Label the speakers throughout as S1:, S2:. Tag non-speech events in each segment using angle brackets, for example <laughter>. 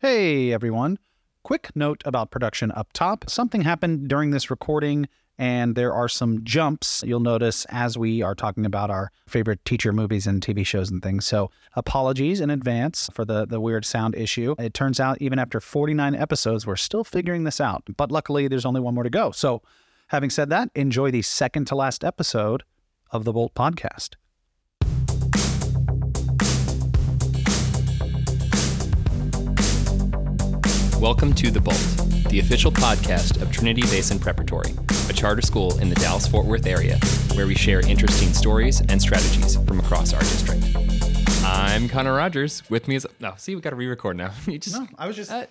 S1: Hey everyone. Quick note about production up top. Something happened during this recording, and there are some jumps you'll notice as we are talking about our favorite teacher movies and TV shows and things. So apologies in advance for the, the weird sound issue. It turns out, even after 49 episodes, we're still figuring this out. But luckily, there's only one more to go. So, having said that, enjoy the second to last episode of the Bolt Podcast.
S2: Welcome to The Bolt, the official podcast of Trinity Basin Preparatory, a charter school in the Dallas Fort Worth area where we share interesting stories and strategies from across our district. I'm Connor Rogers. With me is. No, see, we got to re record now. <laughs> you just.
S1: I was just
S2: Uh,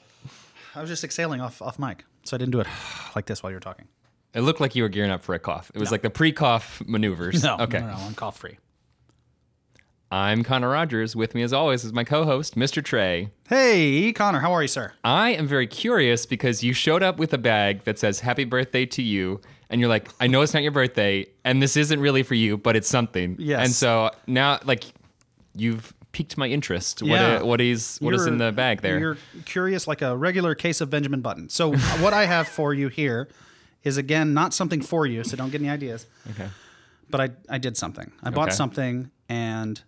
S1: I was just exhaling off off mic, so I didn't do it like this while you were talking.
S2: it looked like you were gearing up for a cough. It was like the pre cough
S1: <laughs>
S2: maneuvers.
S1: No,
S2: Okay.
S1: no, no, I'm cough free.
S2: I'm Connor Rogers. With me, as always, is my co host, Mr. Trey.
S1: Hey, Connor, how are you, sir?
S2: I am very curious because you showed up with a bag that says happy birthday to you. And you're like, I know it's not your birthday, and this isn't really for you, but it's something.
S1: Yes.
S2: And so now, like, you've piqued my interest.
S1: Yeah.
S2: What, i- what is what is in
S1: You're-
S2: the bag there?
S1: You're curious like a regular case of Benjamin Button. So <laughs> what I have for you here is again not something for you, so don't get any ideas.
S2: Okay.
S1: But I I did something. I bought
S2: Okay.
S1: something and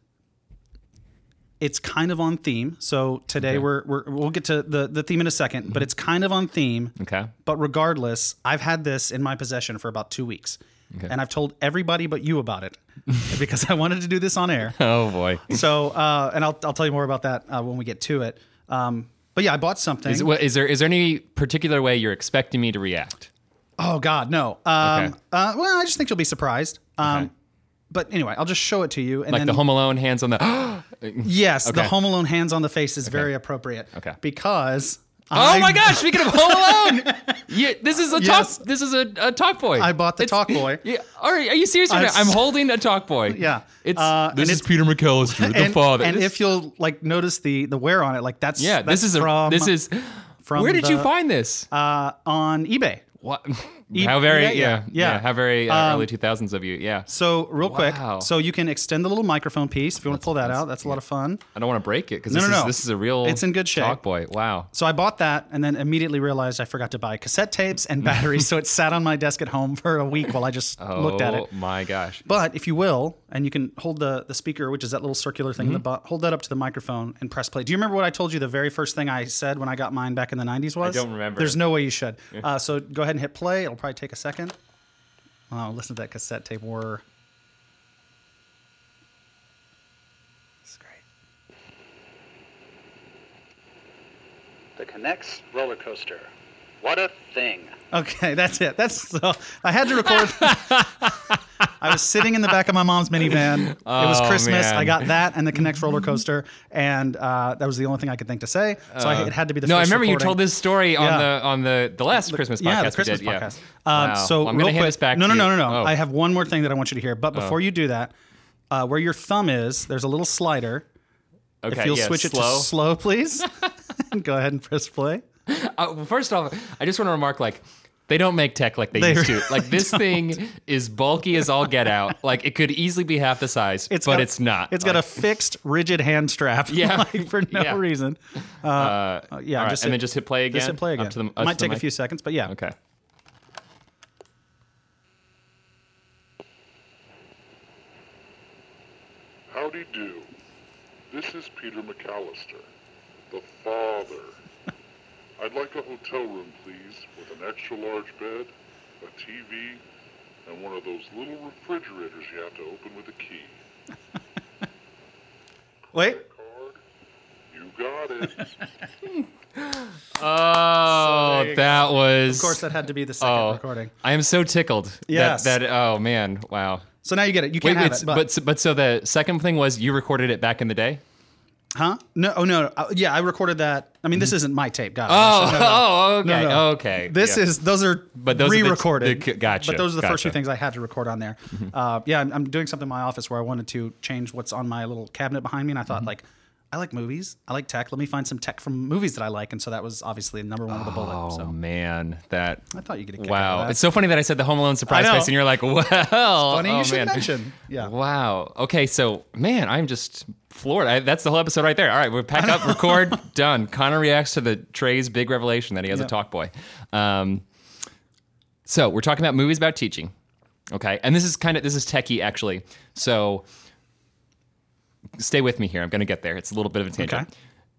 S1: it's kind of on theme. So today we're, we're we'll get to the, the theme in a 2nd but it's kind of on theme.
S2: Okay.
S1: But regardless, I've had this in my possession for about two weeks.
S2: Okay.
S1: And I've told everybody but you about it <laughs> because I wanted to do this on air.
S2: Oh boy.
S1: So, uh, and I'll, I'll tell you more about that uh, when we get to it. Um, but yeah, I bought something.
S2: Is, what, is there is there any particular way you're expecting me to react?
S1: oh, God, no. Um,
S2: Okay.
S1: uh, well, I just think you'll be surprised. Um,
S2: Okay.
S1: But anyway, I'll just show it to you. And
S2: Like
S1: then,
S2: the Home Alone hands on the. <gasps> Oh
S1: Yes, the
S2: Okay.
S1: Home Alone hands on the face is very appropriate.
S2: Okay.
S1: Because.
S2: oh my gosh! Speaking of Home
S1: <laughs>
S2: Alone, yeah, this is a
S1: Yes.
S2: talk. This is a, a talk boy.
S1: <laughs> I bought the Talk
S2: <laughs>
S1: Boy.
S2: Yeah, are, are you serious right
S1: I'm
S2: now? I'm
S1: s-
S2: holding a talk boy.
S1: <laughs> Yeah.
S2: It's
S1: Uh,
S2: this
S1: and
S2: is
S1: it's-
S2: Peter McAllister, the
S1: And,
S2: father.
S1: and
S2: This-
S1: if you'll like notice the the wear on it, like that's
S2: yeah,
S1: that's
S2: this is a
S1: from,
S2: this is
S1: from
S2: Where did you
S1: the-
S2: find this?
S1: uh, on eBay. <laughs>
S2: what? how very
S1: yeah,
S2: yeah
S1: yeah,
S2: yeah,
S1: yeah. Um,
S2: how very uh, early two thousands of you. Yeah,
S1: So real
S2: Wow.
S1: quick, so you can extend the little microphone piece if you want to pull that out. That's a lot of fun.
S2: I don't want to break it because
S1: No,
S2: this
S1: no,
S2: is
S1: no.
S2: this is a real.
S1: It's in good shape.
S2: Talk boy. Wow.
S1: So I bought that and then immediately realized I forgot to buy cassette tapes and batteries.
S2: <laughs>
S1: so it sat on my desk at home for a week while I just looked at
S2: oh
S1: it.
S2: my gosh.
S1: But if you will, and you can hold the, the speaker, which is that little circular thing in
S2: Mm-hmm.
S1: the butt, hold that up to the microphone and press play. Do you remember what I told you the very first thing I said when I got mine back in the 90s was?
S2: don't remember.
S1: There's no way you should. Uh, so go ahead and hit play. It'll probably take a second. Oh, listen to that cassette tape whir.
S2: This is great.
S3: The Connects roller coaster. What a thing.
S1: Okay, that's it. That's <laughs> so. I had to record. I was sitting in the back of my mom's minivan. it was
S2: Oh,
S1: Christmas.
S2: man.
S1: I got that and the Connects roller coaster, and uh, that was the only thing I could think to say. So I, it had to be the.
S2: Uh, No, I
S1: first
S2: remember you
S1: recording.
S2: told this story on
S1: Yeah.
S2: the on the the last Christmas podcast.
S1: Yeah, the
S2: we
S1: Christmas
S2: did, yeah.
S1: podcast. Um,
S2: Wow.
S1: So
S2: Well, I'm
S1: real
S2: gonna
S1: quick,
S2: hand this back.
S1: no,
S2: to
S1: no, no,
S2: you.
S1: no, no.
S2: Oh.
S1: I have one more thing that I want you to hear. But before you do that, uh, where your thumb is, there's a little slider.
S2: okay,
S1: if you'll
S2: yeah,
S1: switch it
S2: slow.
S1: to slow, <laughs> please. Go ahead and press play.
S2: Uh, well, first off, I just want to remark like they don't make tech like they,
S1: They
S2: used to.
S1: really
S2: Like
S1: <laughs>
S2: this thing is bulky as all get out. Like it could easily be half the size,
S1: It's
S2: but
S1: got-
S2: it's not.
S1: It's
S2: like, <laughs>
S1: got a fixed, rigid hand strap.
S2: Yeah.
S1: <laughs> like for no
S2: Yeah.
S1: reason.
S2: uh,
S1: yeah,
S2: all right,
S1: just
S2: and
S1: hit-
S2: then just hit play again.
S1: Just hit play
S2: Up
S1: again.
S2: to the- up
S1: Might
S2: to the
S1: take a
S2: mic?
S1: few seconds, but yeah.
S2: Okay.
S4: Howdy do. This is Peter McAllister, the father. I'd like a hotel room, please, with an extra large bed, a TV, and one of those little refrigerators you have to open with a key.
S1: Wait.
S4: Card? You got it.
S2: Oh, that was.
S1: Of course, that had to be the second
S2: oh,
S1: recording.
S2: I am so tickled. that-
S1: Yes.
S2: That, oh man, wow.
S1: So now you get it. You
S2: Wait,
S1: can't have
S2: it's-
S1: it.
S2: but,
S1: But,
S2: s- but so the second thing was you recorded it back in the day.
S1: huh? No. Oh no. no. Uh, yeah, I recorded that. I mean, this isn't my tape, guys.
S2: Mm-hmm. Oh, <laughs> oh, okay,
S1: No, no.
S2: okay.
S1: This
S2: yeah.
S1: is those are
S2: But those are the-
S1: re-recorded.
S2: the- gotcha,
S1: But those are the first
S2: gotcha. Mm-hmm.
S1: two things I had to record on there.
S2: Mm-hmm.
S1: Uh, yeah, I'm, I'm doing something in my office where I wanted to change what's on my little cabinet behind me, and I thought like, I like movies. I like tech. Let me find some tech from movies that I like. And so that was obviously number one with a bullet.
S2: Oh
S1: So
S2: man, that
S1: I thought you could.
S2: wow! It's so funny that I said the Home Alone surprise
S1: I know.
S2: face, and you're like, <laughs> "Well,
S1: funny.
S2: oh,
S1: you should
S2: man. <laughs>
S1: mention. Yeah.
S2: Wow. Okay. So, man, I'm just floored. I, that's the whole episode right there. All right, we pack up,
S1: <laughs>
S2: record, done. Connor reacts to the Trey's big revelation that he has
S1: Yeah.
S2: a talk boy. Um, so we're talking about movies about teaching. Okay, and this is kind of this is techie actually. So, stay with me here. I'm going to get there. It's a little bit of a tangent.
S1: Okay.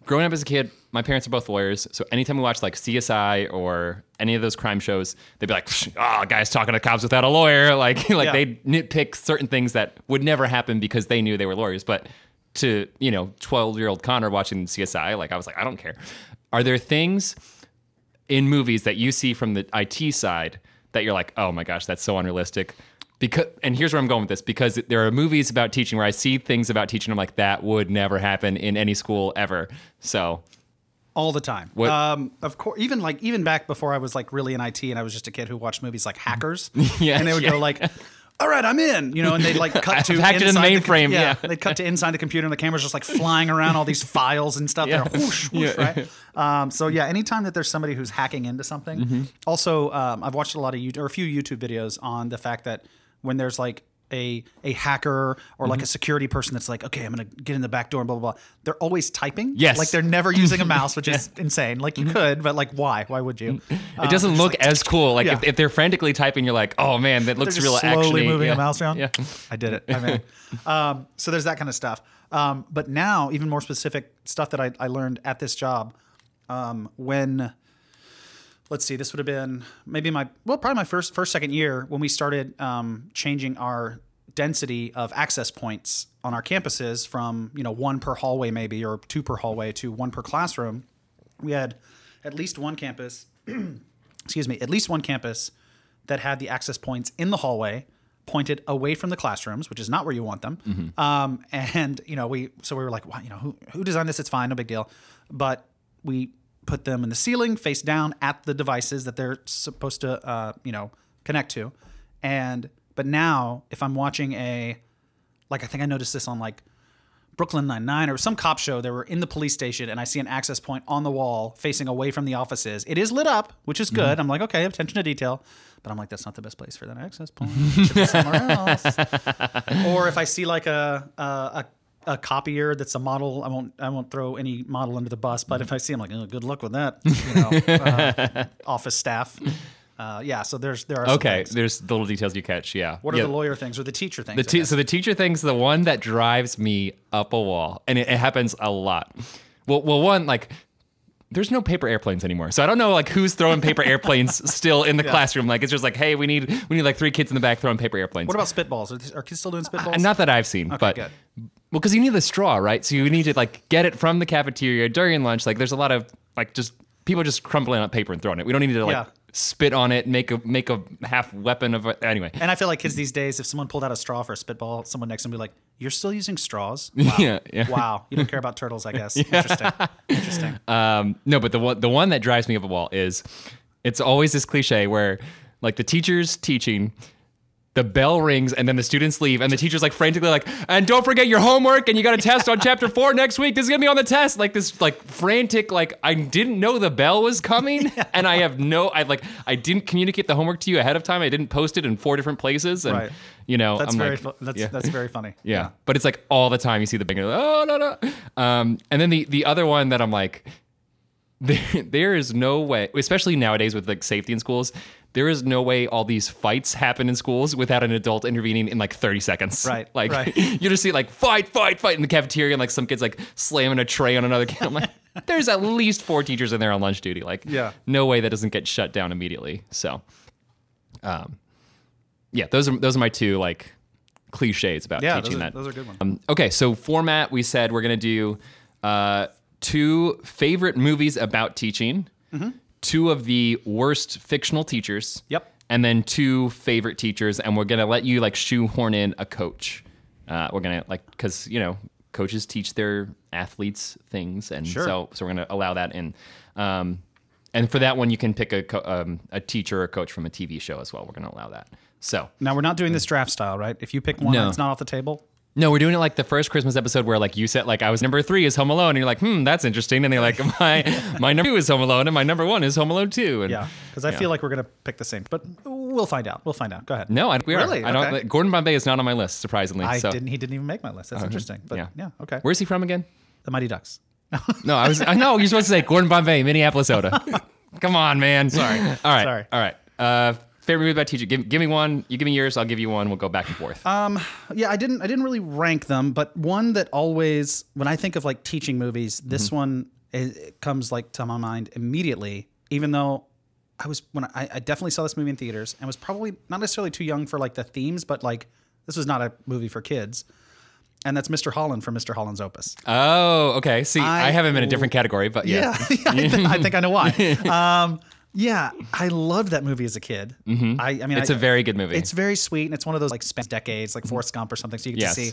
S2: Growing up as a kid, my parents are both lawyers, so anytime we watch like CSI or any of those crime shows, they'd be like, "Ah, guys talking to cops without a lawyer." <laughs> Like, like
S1: Yeah.
S2: they nitpick certain things that would never happen because they knew they were lawyers. But to you know, twelve year old Connor watching CSI, like I was like, I don't care. Are there things in movies that you see from the IT side that you're like, oh my gosh, that's so unrealistic? Because and here's where I'm going with this because there are movies about teaching where I see things about teaching I'm like that would never happen in any school ever. So
S1: all the time.
S2: What-
S1: Um, of course, even like even back before I was like really in IT and I was just a kid who watched movies like Hackers.
S2: <laughs> Yeah,
S1: and they would
S2: yeah.
S1: go like, "All right, I'm in," you know, and they'd like
S2: <laughs>
S1: cut to
S2: I've hacked it in the
S1: inside the com-
S2: mainframe, yeah.
S1: they'd cut to inside the computer and the camera's just like flying around all these files and stuff.
S2: Yeah.
S1: They're whoosh, whoosh,
S2: Yeah.
S1: right? Um, so yeah, anytime that there's somebody who's hacking into something.
S2: Mm-hmm.
S1: Also, um, I've watched a lot of YouTube or a few YouTube videos on the fact that when there's like. A, a hacker or
S2: Mm-hmm.
S1: like a security person that's like, okay, I'm gonna get in the back door and blah blah blah. They're always typing.
S2: Yes.
S1: Like they're never using a mouse, which is insane. Like you could, but like why? Why would you? Um,
S2: it doesn't look as cool. Like if,
S1: Yeah.
S2: if they're frantically typing, you're like, oh man, that looks
S1: just
S2: real
S1: slowly
S2: action.
S1: moving a mouse around.
S2: Yeah.
S1: I did it. I'm in.
S2: <laughs>
S1: um, so there's that kind of stuff. Um, but now, even more specific stuff that I, I learned at this job um, when let's see, this would have been maybe my well, probably my first first second year when we started um, changing our density of access points on our campuses from you know one per hallway maybe or two per hallway to one per classroom. We had at least one campus, <clears throat> excuse me, at least one campus that had the access points in the hallway pointed away from the classrooms, which is not where you want them. Um, and you know, we so we were like, well, you know, who who designed this? It's fine, no big deal. But we put them in the ceiling, face down, at the devices that they're supposed to, uh, you know, connect to. And but now, if I'm watching a, like I think I noticed this on like Brooklyn Nine Nine or some cop show. They were in the police station, and I see an access point on the wall facing away from the offices. It is lit up, which is
S2: Mm-hmm.
S1: good. I'm like, okay, attention to detail. But I'm like, that's not the best place for that access
S2: <laughs>
S1: point. It should be somewhere else. or if I see like a a, a a copier that's a model, I won't I won't throw any model under the bus. But if I see, I'm like, oh, good luck with that. You know,
S2: <laughs>
S1: uh, office staff. Uh, yeah. So there's there are some
S2: Okay.
S1: things.
S2: There's the little details you catch. Yeah.
S1: What are
S2: yeah.
S1: the lawyer things or the teacher things?
S2: The
S1: I
S2: te-
S1: guess?
S2: so the teacher thing's the one that drives me up a wall, and it, it happens a lot. Well, well, one like there's no paper airplanes anymore, so I don't know like who's
S1: <laughs>
S2: throwing paper airplanes still in the classroom. Like it's just like, hey, we need we need like three kids in the back throwing paper airplanes.
S1: what about spitballs? Are, these- are kids still doing spitballs?
S2: And Uh, not that I've seen, but
S1: good.
S2: well, because you need the straw, right? So you need to like get it from the cafeteria during lunch. Like there's a lot of like just people just crumpling up paper and throwing it. We don't need to like
S1: Yeah.
S2: spit on it, make a make a half weapon of it. Anyway,
S1: And I feel like kids these days, if someone pulled out a straw for a spitball, someone next to them would be like, "You're still using straws? Wow.
S2: <laughs> Yeah, yeah.
S1: Wow, you don't care about turtles,
S2: <laughs>
S1: I guess. Interesting. Interesting.
S2: Um, no, but the one the one that drives me up a wall is it's always this cliche where like the teacher's teaching, the bell rings and then the students leave and the teacher's like frantically like, and don't forget your homework and you got a test on
S1: <laughs>
S2: chapter four next week. This is gonna be on the test. Like this like frantic like I didn't know the bell
S1: <laughs>
S2: was coming and I have no I like I didn't communicate the homework to you ahead of time. I didn't post it in four different places and
S1: Right.
S2: you know
S1: that's
S2: I'm
S1: very.
S2: like,
S1: fu- that's
S2: yeah.
S1: that's very funny.
S2: <laughs> Yeah. But it's like all the time you see the big, oh, no, no. Um, and then the, the other one that I'm like, <laughs> there, there is no way, especially nowadays with like safety in schools, there is no way all these fights happen in schools without an adult intervening in like 30 seconds.
S1: Right,
S2: <laughs> Like
S1: right.
S2: you just see like fight, fight, fight in the cafeteria and like some kids like slamming a tray on another kid. I'm like, <laughs> there's at least four teachers in there on lunch duty. Like
S1: Yeah.
S2: no way that doesn't get shut down immediately. So, um, yeah, those are, those are my two like cliches about
S1: Yeah,
S2: teaching
S1: those, are,
S2: that.
S1: those are good ones.
S2: Um, okay, so format we said we're gonna do uh, two favorite movies about teaching,
S1: Mm-hmm.
S2: two of the worst fictional teachers.
S1: Yep.
S2: And then two favorite teachers, and we're gonna let you like shoehorn in a coach. Uh, we're gonna like because you know coaches teach their athletes things, and
S1: Sure.
S2: so so we're gonna allow that in. Um, and for that one, you can pick a co- um, a teacher or coach from a TV show as well. We're gonna allow that. So
S1: Now we're not doing this draft style, right? If you pick one
S2: No.
S1: that's not off the table,
S2: No, we're doing it like the first Christmas episode where like you said like I was number three is Home Alone, and you're like, hmm, that's interesting. And they're like, <laughs> my my number two is Home Alone, and my number one is Home Alone two. And
S1: Yeah, because I feel like we're gonna pick the same, but we'll find out. We'll find out. Go ahead.
S2: no, I, we are.
S1: Really?
S2: I don't.
S1: Okay.
S2: Gordon Bombay is not on my list, surprisingly.
S1: I
S2: so.
S1: didn't. He didn't even make my list. That's interesting. But
S2: yeah.
S1: yeah, okay.
S2: Where's he from again?
S1: the Mighty Ducks.
S2: No, I was. I know you're supposed to say Gordon Bombay, Minneapolis, Soda.
S1: <laughs>
S2: Come on, man. Sorry. All right.
S1: Sorry.
S2: All right. Uh, favorite movie by teacher. Give, give me one. You give me yours. I'll give you one. We'll go back and forth.
S1: Uh, Yeah, I didn't. I didn't really rank them, but one that always, when I think of like teaching movies, this
S2: Mm-hmm.
S1: one is, it comes like to my mind immediately. Even though I was when I, I definitely saw this movie in theaters and was probably not necessarily too young for like the themes, but like this was not a movie for kids. And that's Mr. Holland from Mr. Holland's Opus.
S2: oh, okay. See, I,
S1: I-
S2: have him in a different category,
S1: <laughs>
S2: but yeah.
S1: I, thi- I think I know
S2: <laughs>
S1: why. Um, yeah, I loved that movie as a kid. I, I mean,
S2: Mm-hmm. It's
S1: I,
S2: a very good movie.
S1: it's very sweet, and it's one of those like spans decades, like Forrest Gump or something. So you get
S2: yes.
S1: to see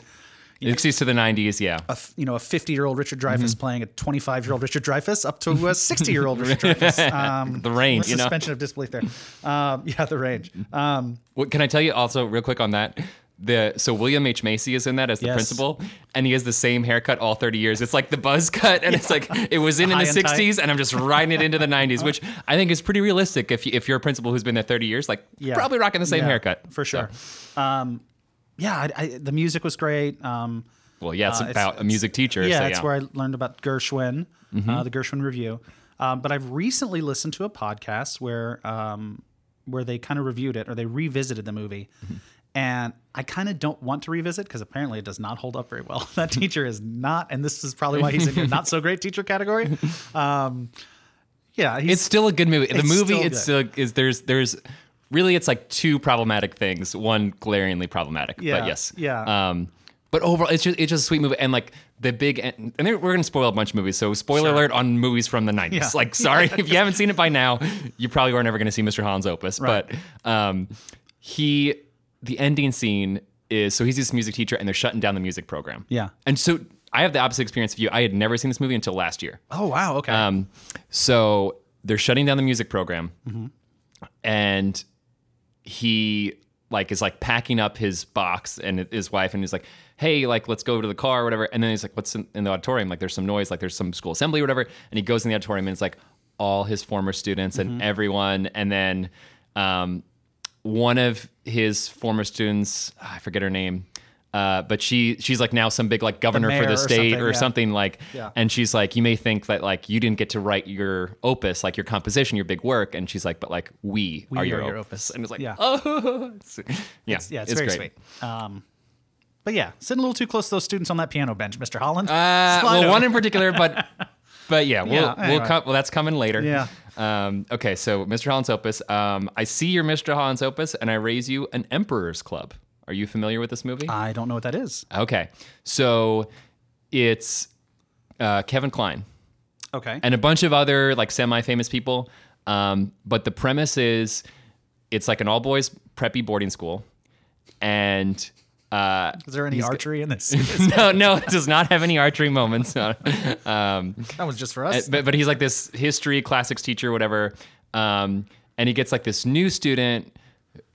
S2: It exceeds to the 90s. Yeah.
S1: a f- you know a 50 year old Richard Dreyfuss
S2: Mm-hmm.
S1: playing a 25 year old Richard Dreyfuss up
S2: <laughs>
S1: to a 60 year old Richard Dreyfuss. Um,
S2: The range, you know.
S1: suspension of disbelief there. Um, <laughs> yeah, the range. Um,
S2: What, can I tell you also real quick on that? The so William H Macy is in that as the
S1: Yes.
S2: principal, and he has the same haircut all thirty years. It's like the buzz cut, and it's like it was in in
S1: High
S2: the
S1: and tight.
S2: '60s, and I'm just riding it into the '90s, which I think is pretty realistic. If you, if you're a principal who's been there thirty years, like
S1: yeah,
S2: probably rocking the same
S1: Yeah,
S2: haircut
S1: for
S2: So,
S1: sure. Um, yeah, I, I, the music was great. Um,
S2: well, yeah, it's
S1: Uh, it's-
S2: about a music teacher.
S1: yeah,
S2: so, Mm-hmm.
S1: that's where I learned about Gershwin, uh, the Gershwin Review. Um, but I've recently listened to a podcast where um, where they kind of reviewed it or they revisited the movie,
S2: Mm-hmm.
S1: and I kind of don't want to revisit because apparently it does not hold up very well. <laughs> that teacher is not, and this is probably why he's in your not so great teacher
S2: <laughs>
S1: category. Um, yeah, he's,
S2: it's still a good movie. The
S1: It's
S2: movie,
S1: still
S2: it's still is there's there's really it's like two problematic things. One glaringly problematic,
S1: Yeah,
S2: but yes,
S1: yeah.
S2: Um, but overall, it's just it's just a sweet movie, and like the big and and we're gonna spoil a bunch of movies. So spoiler alert on movies from the nineties.
S1: Yeah.
S2: Like,
S1: <laughs>
S2: sorry if you haven't seen it by now, you probably are never gonna see Mr. Hans Opus. But um, he the ending scene is so he's this music teacher, and they're shutting down the music program.
S1: Yeah.
S2: and so. I have the opposite experience of you. I had never seen this movie until last year.
S1: oh wow, okay,
S2: Um, so they're shutting down the music program,
S1: Mm-hmm.
S2: and he like is like packing up his box and his wife, and he's like, "Hey, like let's go to the car, or whatever." And then he's like, "What's in, in the auditorium? Like there's some noise, like there's some school assembly, or whatever." And he goes in the auditorium, and it's like all his former students
S1: Mm-hmm.
S2: and everyone, and then um, one of his former students, I forget her name. Uh, but she she's like now some big like governor for
S1: mayor
S2: the
S1: or
S2: state
S1: something,
S2: or
S1: yeah.
S2: something something like
S1: Yeah.
S2: and she's like you may think that like you didn't get to write your opus like your composition your big work and she's like but like we,
S1: We
S2: are, your, opus. and it's like
S1: Yeah.
S2: oh <laughs> it's- yeah
S1: yeah, it's, very
S2: great.
S1: sweet. Um, but yeah, sitting a little too close to those students on that piano bench, Mr. Holland.
S2: uh,
S1: Slide
S2: well
S1: over.
S2: one in particular but
S1: <laughs>
S2: but yeah we'll
S1: Yeah,
S2: we'll
S1: anyway.
S2: come well that's coming later
S1: Yeah.
S2: um, okay so Mr. Holland's opus um, I see your Mr. Holland's opus and I raise you an Emperor's Club are you familiar with this movie
S1: I don't know what that is.
S2: okay so it's uh, Kevin Klein
S1: Okay,
S2: and a bunch of other like semi-famous people. Um, but the premise is, it's like an all-boys preppy boarding school, and uh, <laughs>
S1: is there any archery in this?
S2: no, no, it does not have any archery moments. um,
S1: That was just for us.
S2: but, but he's like this history classics teacher, whatever. Um, and he gets like this new student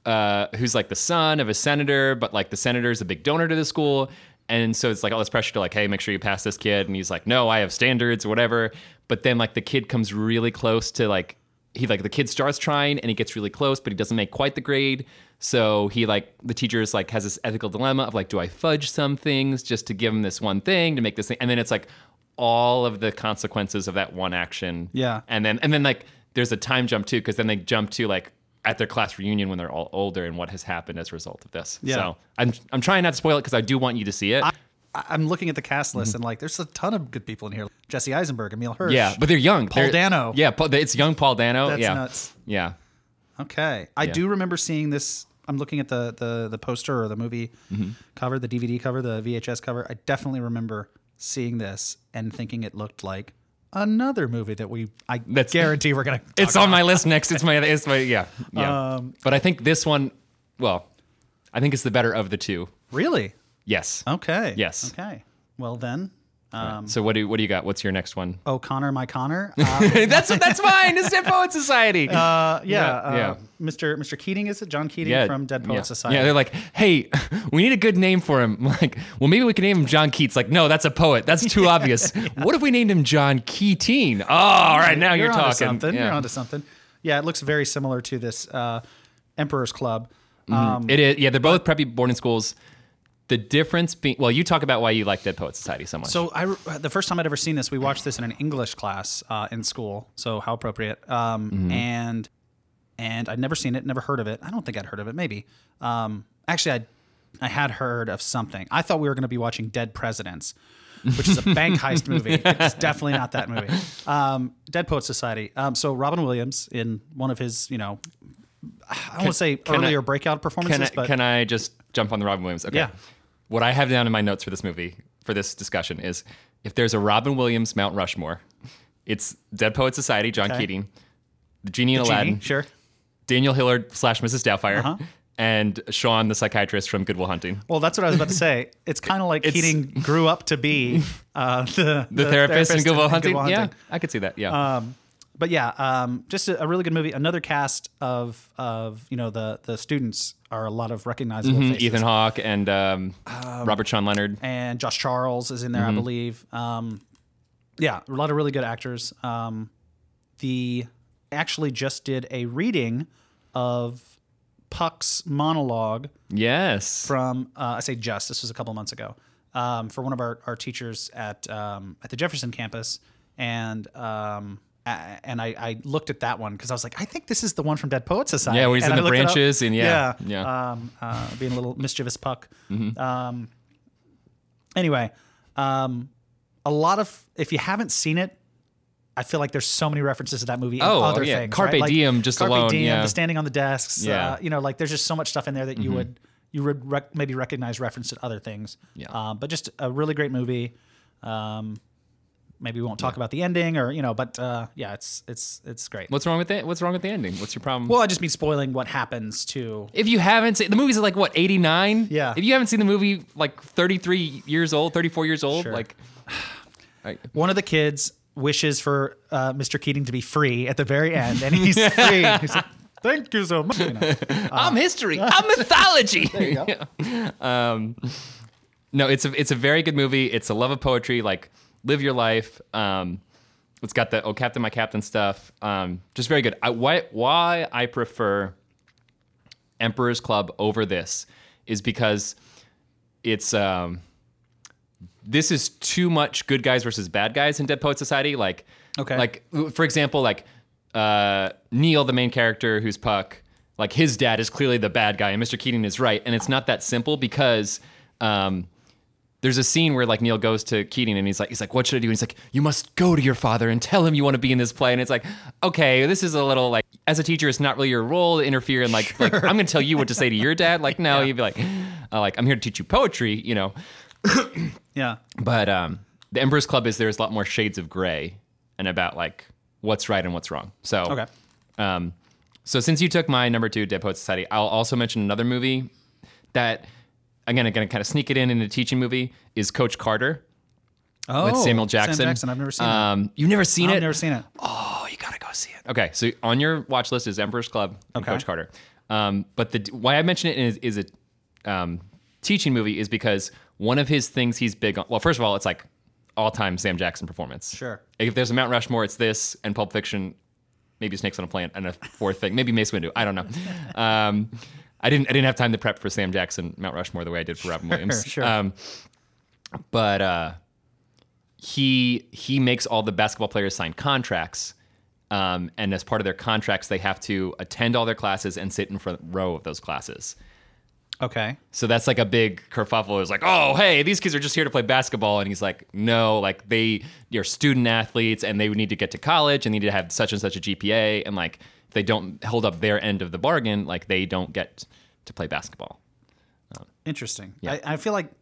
S2: uh, who's like the son of a senator, but like the senator's a big donor to the school. And so it's like all this pressure to like, hey, make sure you pass this kid. And he's like, no, I have standards or whatever. But then like the kid comes really close to like, he like the kid starts trying and he gets really close, but he doesn't make quite the grade. So he like the teacher is like has this ethical dilemma of like, do I fudge some things just to give him this one thing to make this thing? And then it's like, all of the consequences of that one action.
S1: Yeah.
S2: And then and then like there's a time jump too because then they jump to like at their class reunion when they're all older and what has happened as a result of this.
S1: Yeah.
S2: So I'm I'm trying not to spoil it because I do want you to see it.
S1: I- I'm looking at the cast list and like, there's a ton of good people in here. Jesse Eisenberg, Emil Hirsch.
S2: Mhm. yeah, but they're young.
S1: Paul
S2: They're-
S1: Dano.
S2: Yeah, Paul, it's young Paul Dano.
S1: That's
S2: yeah.
S1: nuts.
S2: Yeah.
S1: Okay, I do remember seeing this. I'm looking at the the the poster or the movie
S2: Mm-hmm.
S1: cover, the DVD cover, the VHS cover. I definitely remember seeing this and thinking it looked like another movie that we. I
S2: <laughs> That's-
S1: guarantee we're gonna.
S2: <laughs>
S1: talk
S2: It's on my list next. It's my it's my yeah. Yeah.
S1: Um,
S2: but I think this one well, I think it's the better of the two.
S1: Really?
S2: Yes.
S1: Okay.
S2: Yes.
S1: Okay. Well then, Um,
S2: so what do what do you got? What's your next one?
S1: O'Connor, my
S2: <laughs>
S1: Connor. Uh,
S2: that's that's mine. It's Dead
S1: <laughs>
S2: Poet Society.
S1: uh, yeah,
S2: Yeah,
S1: uh,
S2: yeah.
S1: Mr. Mr. Keating is it? John Keating from Dead Poet
S2: yeah.
S1: Society.
S2: Yeah, they're like, hey, <laughs> we need a good name for him. <laughs> Like, well, maybe we can name him John Keats. Like, no, that's a poet. That's
S1: <laughs>
S2: too obvious. What if we named him John Keating? Oh, all right, now you're,
S1: onto
S2: talking.
S1: Something.
S2: Yeah.
S1: You're onto something. Yeah, it looks very similar to this uh, Emperor's Club. Um,
S2: it is. Yeah, they're both preppy boarding schools. The difference being, well, you talk about why you like Dead Poet Society so much.
S1: so I, re- the first time I'd ever seen this, we watched this in an English class uh, in school. So how appropriate. Um,
S2: Mm-hmm.
S1: And and I'd never seen it, never heard of it. I don't think I'd heard of it. Maybe. Um, actually, I I had heard of something. I thought we were going to be watching Dead Presidents, which is a bank heist movie.
S2: <laughs>
S1: It's definitely not that movie. Um, Dead Poet Society. Um, so Robin Williams in one of his, you know, I don't want to say
S2: I-
S1: earlier breakout performances,
S2: can I,
S1: but
S2: can I just jump on the Robin Williams? Okay.
S1: Yeah.
S2: What I have down in my notes for this movie, for this discussion, is if there's a Robin Williams Mount Rushmore, it's Dead Poet Society, John
S1: Okay.
S2: Keating, the Genie in
S1: Genie,
S2: Aladdin,
S1: sure.
S2: Daniel Hillard slash Mrs. Doubtfire, and Sean, the psychiatrist from Goodwill Hunting.
S1: Well, that's what I was about to say. It's kind of like
S2: It's-
S1: Keating grew up to be uh, the,
S2: <laughs> The, therapist, in Goodwill
S1: in
S2: Hunting. Um, Yeah, I could see that. Yeah.
S1: but yeah, um, just a, a really good movie. Another cast of of you know the the students are a lot of recognizable faces.
S2: Ethan Hawke and um, Robert Sean Leonard.
S1: and Josh Charles is in there,
S2: Mm-hmm.
S1: I believe. Um, yeah, a lot of really good actors. Um, the I actually just did a reading of Puck's monologue
S2: Yes.
S1: from uh, I say just this was a couple months ago um, for one of our, our teachers at um, at the Jefferson campus and um, a- and I, I looked at that one because I was like I think this is the one from Dead Poet Society
S2: Yeah, where he's
S1: And
S2: in
S1: I
S2: the
S1: looked it up.
S2: branches and yeah, yeah. Mm-hmm.
S1: um, uh, being a little mischievous puck um, anyway um, a lot of if you haven't seen it. I feel like there's so many references to that movie and
S2: Oh,
S1: other
S2: yeah.
S1: things.
S2: Carpe
S1: right? Like,
S2: diem just
S1: Carpe
S2: alone,
S1: Diem,
S2: yeah.
S1: the standing on the desks.
S2: Yeah. Mm-hmm.
S1: Uh, you know, like there's just so much stuff in there that you would you would rec- maybe recognize reference to other things.
S2: Yeah.
S1: Um, but just a really great movie. Um, maybe we won't talk about the ending or you know, but uh, yeah, it's it's it's great.
S2: What's wrong with it? What's wrong with the ending? What's your problem?
S1: Well, I just mean spoiling what happens to.
S2: If you haven't seen the movie's like what eighty nine,
S1: Yeah.
S2: If you haven't seen the movie, like thirty three years old, thirty four years old,
S1: Sure.
S2: like
S1: One of the kids wishes for uh, Mr. Keating to be free at the very end, and
S2: <laughs>
S1: he's free. He's like, Thank you so much. You know.
S2: I'm <laughs> history, I'm mythology. um, no, it's a it's a very good movie. It's a love of poetry. Like live your life. Um, it's got the oh captain, my captain stuff. Um, just very good. I, why why I prefer Emperor's Club over this is because it's um, this is too much good guys versus bad guys in Dead Poet Society. Like,
S1: Okay.
S2: like for example, like uh, Neil, the main character who's Puck, like his dad is clearly the bad guy, and Mr. Keating is right, and it's not that simple because. Um, there's a scene where like Neil goes to Keating and he's like, he's like, what should I do? And he's like, you must go to your father and tell him you want to be in this play. And it's like, okay, this is a little like, as a teacher, it's not really your role to interfere. And like, like I'm going to tell you what to say to your dad. Like, no, you'd be like, uh, like, I'm here to teach you poetry, you know?
S1: Yeah.
S2: But um, the Emperor's Club is there's a lot more shades of gray and about like what's right and what's wrong. So
S1: Okay.
S2: Um, so since you took my number two, Dead Poet Society, I'll also mention another movie that again, I'm gonna kind of sneak it in in a teaching movie is Coach Carter
S1: Oh,
S2: with Samuel Jackson.
S1: Sam Jackson. I've never seen it.
S2: um, You've never seen
S1: I've
S2: it?
S1: never seen it.
S2: Oh, you gotta go see it. Okay, so on your watch list is Emperor's Club and
S1: Okay.
S2: Coach Carter. Um, but the why I mention it is is a um, teaching movie is because one of his things he's big on. Well, first of all, it's like all time Sam Jackson performance.
S1: Sure.
S2: If there's a Mount Rushmore, it's this and Pulp Fiction, maybe Snakes on a Plant, and a fourth thing, maybe Mace Windu. I don't <laughs> know. Um, I didn't I didn't have time to prep for Sam Jackson Mount Rushmore the way I did for Robin Williams.
S1: sure.
S2: Um, but uh, he he makes all the basketball players sign contracts. Um, and as part of their contracts, they have to attend all their classes and sit in front row of those classes.
S1: Okay.
S2: So that's like a big kerfuffle. It's like, oh, hey, these kids are just here to play basketball. And he's like, no, like they are student athletes and they would need to get to college and need to have such and such a GPA. And like, if they don't hold up their end of the bargain, like they don't get to play basketball.
S1: Interesting. I, I feel like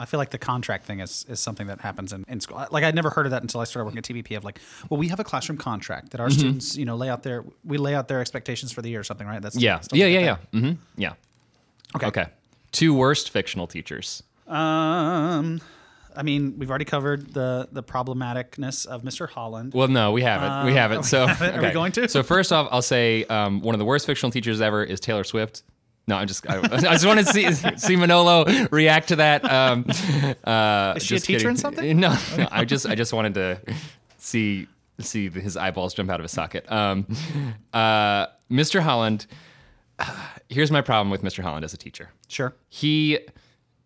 S1: I feel like the contract thing is is something that happens in, in school. Like I never heard of that until I started working at TBP of like, well, we have a classroom contract that our
S2: Mm-hmm.
S1: students, you know, lay out their we lay out their expectations for the year or something, right? That's
S2: Yeah.
S1: stuff
S2: Yeah.
S1: like
S2: Yeah.
S1: that.
S2: Yeah. hmm Yeah.
S1: Okay.
S2: Okay. Two worst fictional teachers.
S1: Um I mean, we've already covered the the problematicness of Mr. Holland.
S2: Well, no, we haven't. we
S1: Uh,
S2: haven't. So
S1: <laughs> Are we going to?
S2: So first off, I'll say um, one of the worst fictional teachers ever is Taylor Swift. No, I'm just. I, <laughs> I just want to see see Manolo react to that. Um, uh,
S1: Is she a
S2: just
S1: teacher
S2: kidding.
S1: in something?
S2: <laughs> No, no, I just I just wanted to see see his eyeballs jump out of his socket. Um, uh, Mr. Holland. <sighs> Here's my problem with Mr. Holland as a teacher
S1: Sure.
S2: he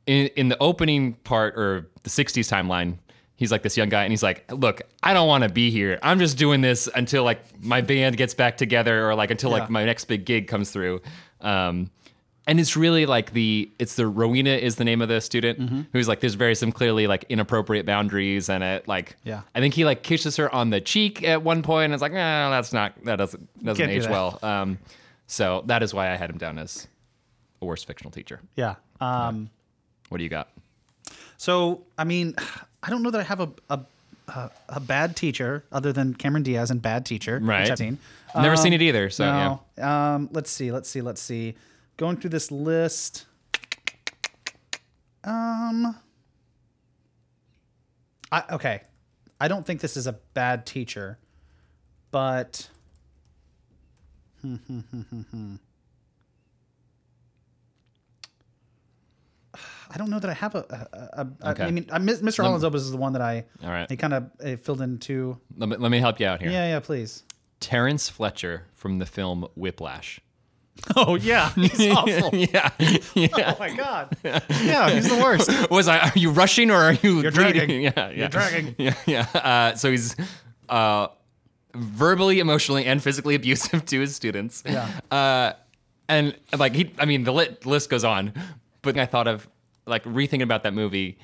S2: in, in the opening part or the 60s timeline he's like this young guy and he's like look i don't want to be here i'm just doing this until like my band gets back together or like until
S1: Yeah.
S2: like my next big gig comes through um and it's really like the it's the rowena is the name of the student
S1: Mm-hmm.
S2: who's like there's very some clearly like inappropriate boundaries and it like
S1: Yeah.
S2: i think he like kisses her on the cheek at one point and it's like nah, that's not that doesn't doesn't
S1: Can't do
S2: age
S1: that.
S2: well um so that is why i had him down as a worst fictional teacher
S1: Yeah. Um,
S2: what do you got?
S1: So, I mean, I don't know that I have a a, a, a bad teacher other than Cameron Diaz and bad teacher. Which
S2: Right.
S1: I've seen.
S2: Never seen it either. So yeah.
S1: No. Um, let's see. Let's see. Let's see. Going through this list. Um. I okay. I don't think this is a bad teacher, but. <sighs> I don't know that I have a. a, a, a
S2: Okay.
S1: I mean, I, miss- Mr. Holland's Opus is the one that I.
S2: All right.
S1: He kind of filled in two.
S2: Let me, let me help you out here.
S1: Yeah, yeah, please.
S2: Terrence Fletcher from the film Whiplash.
S1: <laughs> Oh yeah,
S2: <laughs>
S1: he's awful.
S2: yeah. yeah.
S1: Oh my god. <laughs> Yeah, he's the worst.
S2: Was I? Are you rushing or are you?
S1: You're
S2: leading?
S1: dragging.
S2: Yeah, yeah.
S1: You're dragging.
S2: <laughs> Yeah. Yeah. Uh, so he's uh, verbally, emotionally, and physically abusive <laughs> to his students.
S1: Yeah.
S2: Uh, and like he, I mean, the lit, list goes on. But I thought of like rethinking about that movie.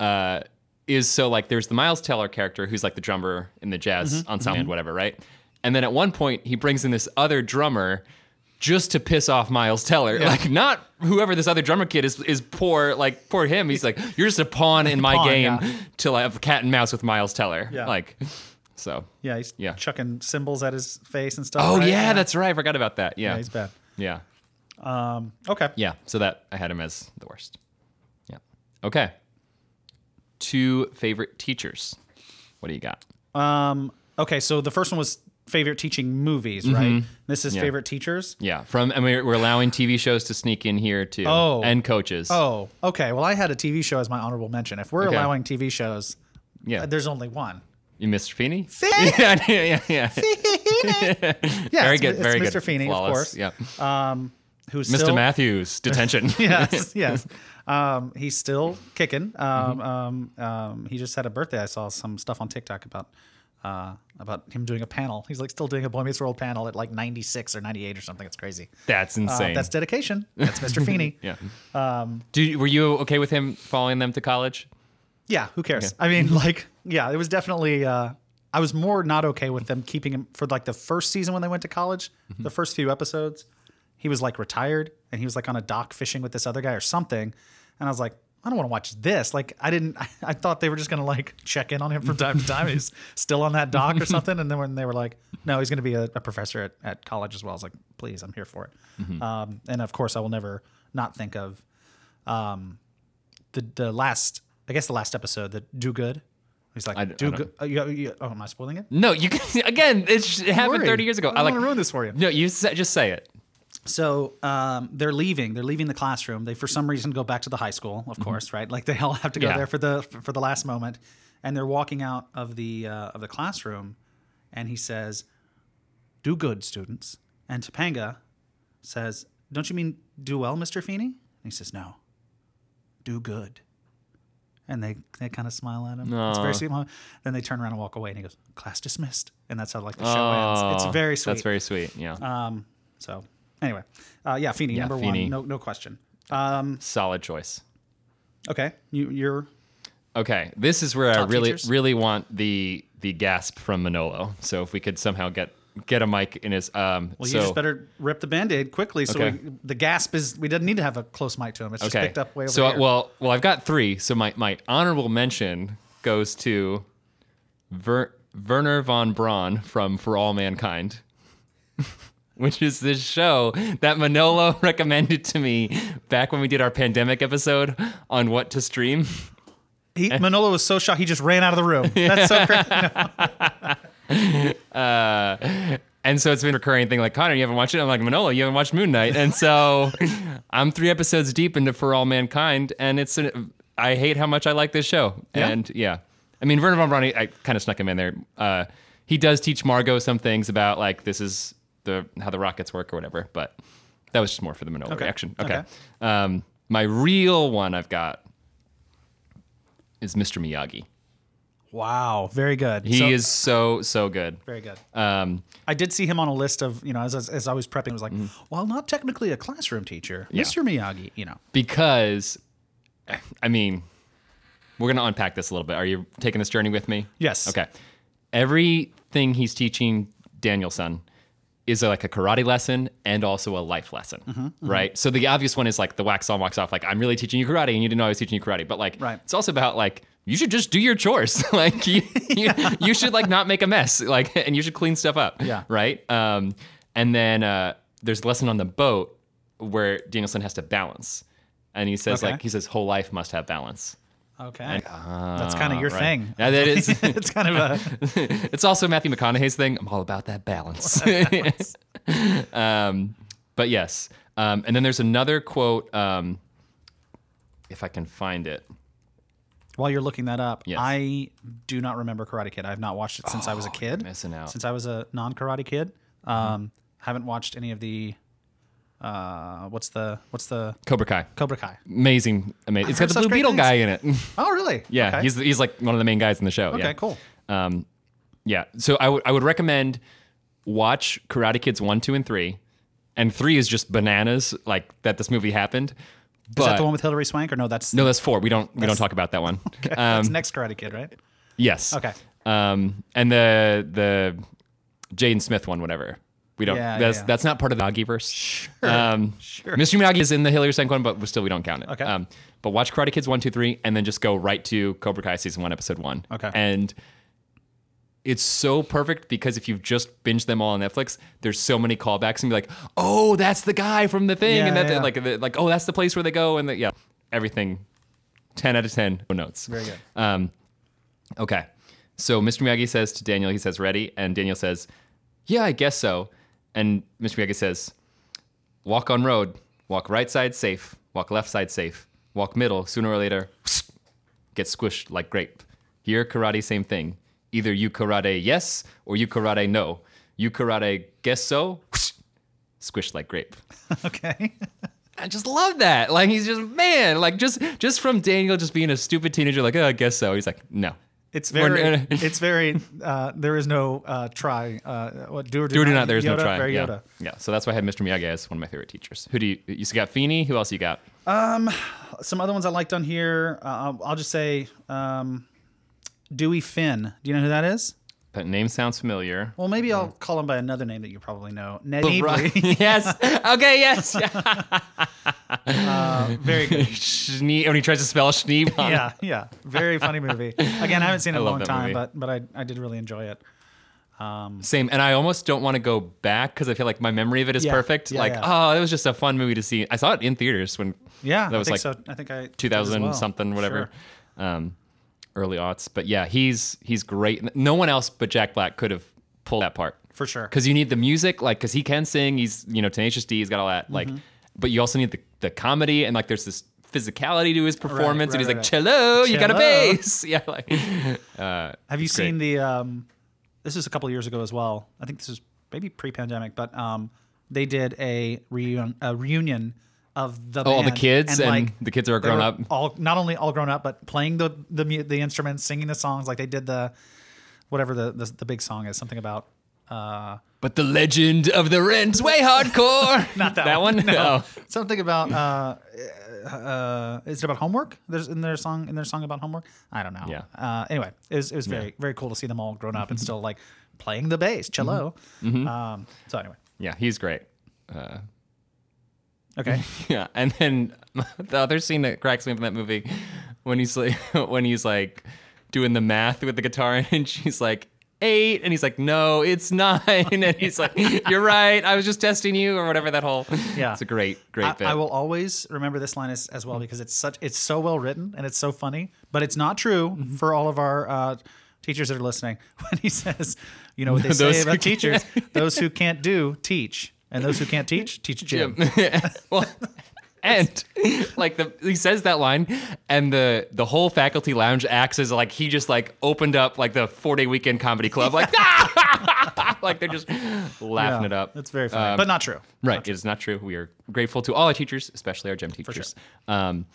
S2: Uh, is so like there's the Miles Teller character who's like the drummer in the jazz
S1: Mm-hmm.
S2: ensemble and whatever, right? And then at one point he brings in this other drummer just to piss off Miles Teller. Like not whoever this other drummer kid is is poor like poor him. He's like you're just a
S1: <laughs>
S2: pawn in my
S1: Pawn,
S2: game
S1: yeah.
S2: till I have cat and mouse with Miles Teller.
S1: Yeah.
S2: Like so.
S1: Yeah, he's
S2: Yeah.
S1: chucking cymbals at his face and stuff.
S2: Oh
S1: right?
S2: yeah, that's right. I forgot about that.
S1: yeah,
S2: Yeah. Yeah.
S1: he's bad.
S2: Yeah.
S1: Okay.
S2: So that I had him as the worst. Yeah. Okay. Two favorite teachers. What do you got?
S1: Um. Okay, so the first one was favorite teaching movies, right? This is
S2: Mm-hmm. Yeah.
S1: favorite teachers.
S2: Yeah, from and we're, we're allowing TV shows to sneak in here too.
S1: Oh.
S2: and coaches.
S1: Oh, okay. Well, I had a TV show as my honorable mention. If we're
S2: Okay.
S1: allowing TV shows,
S2: yeah,
S1: uh, there's only one.
S2: you Mr. Feeney.
S1: <laughs>
S2: yeah, yeah, yeah.
S1: Yeah,
S2: very
S1: it's-
S2: good,
S1: it's
S2: very
S1: Mr.
S2: good.
S1: Feeney,
S2: Flawless.
S1: of course.
S2: Yeah,
S1: Who's
S2: Mr.
S1: still, <laughs>
S2: Matthews detention.
S1: yes, yes. Um, he's still kicking. Um, um, um, he just had a birthday. I saw some stuff on TikTok about uh, about him doing a panel. He's like still doing a Boy Meets World panel at like 96 or 98 or something. It's crazy.
S2: <laughs> that's
S1: Uh,
S2: insane.
S1: that's dedication. That's Mr. Feeney.
S2: yeah. Do you- were you okay with him following them to college?
S1: Yeah, who cares? I mean, <laughs> like, yeah, it was definitely. Uh, I was more not okay with them keeping him for like the first season when they went to college, the first few episodes. He was like retired and he was like on a dock fishing with this other guy or something. And I was like, I don't want to watch this. Like, I didn't, <laughs> I, thought they were just going to like check in on him from time to time. He's still on that dock or something. And then when they were like, no, he's going to be a, a professor at, at college as well, I was like, please, I'm here for it. Um, and of course, I will never not think of the the last I guess the last episode that do good. He's like
S2: I- I
S1: do
S2: don't-
S1: good. Uh, you, you, oh, am I spoiling it?
S2: No, you can, <laughs> again. It's, it happened
S1: Worried.
S2: thirty years ago.
S1: I,
S2: I, like.
S1: want to ruin this for you.
S2: No, you sa- just say it.
S1: So um, they're leaving. They're leaving the classroom. They for some reason go back to the high school, of course, right? Like they all have to go
S2: Mm-hmm. Yeah.
S1: there for the for the last moment. And they're walking out of the uh, of the classroom, and he says, "Do good, students." And Topanga says, "Don't you mean do well, Mister Feeney?" And he says, "No, do good." And they they kind of smile at him. It's a
S2: Aw.
S1: very sweet moment. Then they turn around and walk away, and he goes, "Class dismissed." And that's how like the show ends.
S2: Oh,
S1: It's very sweet.
S2: That's very sweet. Yeah,
S1: Um, so anyway, uh, yeah, Feeney,
S2: Yeah,
S1: number
S2: Feeney.
S1: one, no, no question. Um,
S2: solid choice.
S1: okay, you, you're
S2: Okay, this is where I
S1: Top
S2: really,
S1: features?
S2: really want the the gasp from Manolo. So if we could somehow get get a mic in his um.
S1: well,
S2: so,
S1: you just better rip the band-aid quickly. So
S2: Okay.
S1: we, the gasp is we didn't need to have a close mic to him. It's just
S2: okay.
S1: picked up way over
S2: so
S1: here.
S2: well, well, I've got three. So my my honorable mention goes to Ver, Werner von Braun from For All Mankind. <laughs> Which is this show that Manolo <laughs> recommended to me back when we did our pandemic episode on what to stream.
S1: He, Manolo was so shocked he just ran out of the
S2: <laughs>
S1: room. That's so crazy.
S2: And so it's been a recurring thing like Connor, you haven't watched it. I'm like Manolo, you haven't watched Moon Knight.
S1: <laughs>
S2: And so I'm three episodes deep into For All Mankind, and it's an, I hate how much I like this show.
S1: Yeah.
S2: And yeah, I mean Vernon von Braun, I kind of snuck him in there. Uh, he does teach Margot some things about like this is the how the rockets work or whatever. But that was just more for the Manolo
S1: Okay.
S2: reaction. Okay.
S1: Okay.
S2: Um, my real one I've got is Mr. Miyagi.
S1: Wow, very good.
S2: He
S1: So-
S2: is so so good.
S1: very good.
S2: Um,
S1: I did see him on a list of you know as as, as I was prepping, it was like, well, not technically a classroom teacher,
S2: Mm-hmm. Yeah.
S1: Mr. Miyagi. You know,
S2: because I mean, we're gonna unpack this a little bit. Are you taking this journey with me?
S1: Yes.
S2: Okay. Everything he's teaching Danielson is like a karate lesson and also a life lesson,
S1: Mm-hmm,
S2: right? So the obvious one is like the wax on, wax off. Like I'm really teaching you karate, and you didn't know I was teaching you karate. But like,
S1: Right.
S2: it's also about like you should just do your chores. <laughs>
S1: <laughs>
S2: like you, you, you should like not make a mess. Like and you should clean stuff up.
S1: Yeah.
S2: Right. Um, and then uh, there's a lesson on the boat where Danielson has to balance, and he says
S1: Okay.
S2: like he says whole life must have balance.
S1: okay, that's kind of your
S2: uh, right.
S1: thing.
S2: Yeah, that is.
S1: <laughs> it's kind of
S2: <laughs>
S1: a
S2: it's also Matthew McConaughey's thing. I'm all about
S1: <laughs>
S2: that balance. <laughs> um, but yes. Um, and then there's another quote, um, if I can find it.
S1: while you're looking that up.
S2: Yes. Oh,
S1: I do not remember Karate Kid. I've not watched it since I was a kid.
S2: missing out.
S1: Since I was a non Karate Kid, um, haven't watched any of the. Uh, what's the what's the
S2: Cobra Kai.
S1: Cobra Kai?
S2: Amazing. Amazing. It's got
S1: heard
S2: the
S1: such
S2: Blue
S1: great
S2: Beetle
S1: things.
S2: guy in it. <laughs>
S1: Oh, really?
S2: yeah.
S1: Okay.
S2: He's, he's like one of the main guys in the show.
S1: okay.
S2: yeah.
S1: Cool.
S2: Um, yeah. So I would I would recommend watch Karate Kids one, two, and three. And three is just bananas, like that this movie happened. But
S1: Is that the one with Hilary Swank or no? That's
S2: no, that's four. We don't we don't talk about
S1: <laughs>
S2: that one. Um,
S1: that's next Karate Kid, right?
S2: Yes.
S1: Okay.
S2: Um, and the the Jaden Smith one, whatever. We don't.
S1: Yeah,
S2: that's
S1: yeah.
S2: that's not part of the Miyagi-verse. Sure. Um,
S1: sure.
S2: Mr. Miyagi is in the Hillary Swank one, but still we don't count it.
S1: Okay.
S2: Um, but watch Karate Kids one, two, three, and then just go right to Cobra Kai season one, episode one.
S1: Okay.
S2: And it's so perfect because if you've just binged them all on Netflix, there's so many callbacks and be like, oh, that's the guy from the thing, and
S1: Yeah,
S2: that
S1: yeah.
S2: like the- like oh, that's the place where they go, and the, yeah, everything. Ten out of ten notes. Very
S1: good.
S2: Um, Okay. So Mr. Miyagi says to Daniel, he says, ready? And Daniel says, yeah, I guess so. And Mr. Miyagi says, walk on road, walk right side safe, walk left side safe, walk middle, sooner or later, get squished like grape. Here, karate, same thing. Either you karate yes or you karate no. You karate guess so, squished like grape.
S1: <laughs> Okay. <laughs>
S2: I just love that. Like he's just man, like just just from Daniel just being a stupid teenager, like oh, I guess so. He's like no,
S1: It's
S2: We're-
S1: very, it's very. Uh, there is no uh, try. Uh, what do or do,
S2: Do it or
S1: not,
S2: not, there's no
S1: Yoda,
S2: try.
S1: Very
S2: yeah.
S1: Yoda.
S2: yeah, so that's why I had Mr. Miyagi as one of my favorite teachers. Who do you, you got Feeney? Who else you got?
S1: Some other ones I liked on here. Uh, I'll, I'll just say um, Dewey Finn. Do you know who that is?
S2: That name sounds familiar.
S1: Well, maybe I'll call him by another name that you probably
S2: <laughs>
S1: know. Ned
S2: Mm-hmm. Right.
S1: Ebley.
S2: yes. Okay, yes. <laughs>
S1: very good.
S2: Schnee, when he tries to spell Schnee.
S1: <laughs> Yeah, yeah. Very funny movie. Again, I haven't
S2: <laughs>
S1: seen it in a
S2: love
S1: long
S2: that
S1: time,
S2: movie.
S1: but but I, I did really enjoy it.
S2: Same. And I almost don't want to go back because I feel like my memory of it is
S1: Yeah,
S2: perfect.
S1: yeah,
S2: like,
S1: yeah.
S2: oh, it was just a fun movie to see. I saw it in theaters when
S1: Yeah,
S2: that was
S1: I
S2: like
S1: think so. I think I did as
S2: 2000
S1: well.
S2: something, whatever.
S1: Sure.
S2: Um, early aughts. But yeah, he's he's great. No one else but Jack Black could have pulled that part.
S1: For sure.
S2: because you need the music, like because he can sing. He's you know tenacious D. He's got all that. Like,
S1: Mm-hmm.
S2: but you also need the, the comedy and like there's this physicality to his performance.
S1: right,
S2: and he's like,
S1: right,
S2: "Cello, you got a
S1: Cello."
S2: bass." <laughs> Yeah, like
S1: Have you
S2: great.
S1: seen the? Um, this is a couple years ago as well. I think this is maybe pre-pandemic, but um, they did a reunion, a reunion of the
S2: Oh, all the
S1: band,
S2: kids and the kids are
S1: they
S2: grown
S1: were
S2: up.
S1: All not only all grown up, but playing the the mu- the instruments, singing the songs. Like they did the whatever the the, the big song is, something about. Uh,
S2: but the legend of the Wren's way hardcore.
S1: <laughs> not that,
S2: one. Oh. No.
S1: something about uh, uh, is it about homework? There's in their song in their song about homework. I don't know.
S2: Yeah.
S1: Uh, anyway, it was it was very very cool to see them all grown up and still like playing the
S2: Mm-hmm.
S1: bass, cello. Um, so anyway,
S2: Yeah, he's great. <laughs>
S1: okay,
S2: Yeah, and then <laughs> the other scene that cracks me up in that movie when he's like <laughs> when he's like doing the math with the guitar <laughs> and she's like eight and he's like no it's <laughs> nine and he's like you're right I was just testing you or whatever that whole
S1: Yeah.
S2: it's a great great
S1: I,
S2: bit
S1: I will always remember this line as, as well because it's such it's so well written and it's so funny but it's not true
S2: Mm-hmm.
S1: for all of our uh, teachers that are listening. <laughs> When he says, you know what they say
S2: <laughs> Those who
S1: about teachers, those who can't do teach, and those who can't teach teach Jim.
S2: <laughs> well, and like the he says that line, and the the whole faculty lounge acts as like he just like opened up like the four day weekend comedy club,
S1: <laughs>
S2: like <laughs> like they're just laughing
S1: Yeah,
S2: it up. Um,
S1: That's very funny, but not true.
S2: Right. It is not true. We are grateful to all our teachers, especially our gym teachers. Um,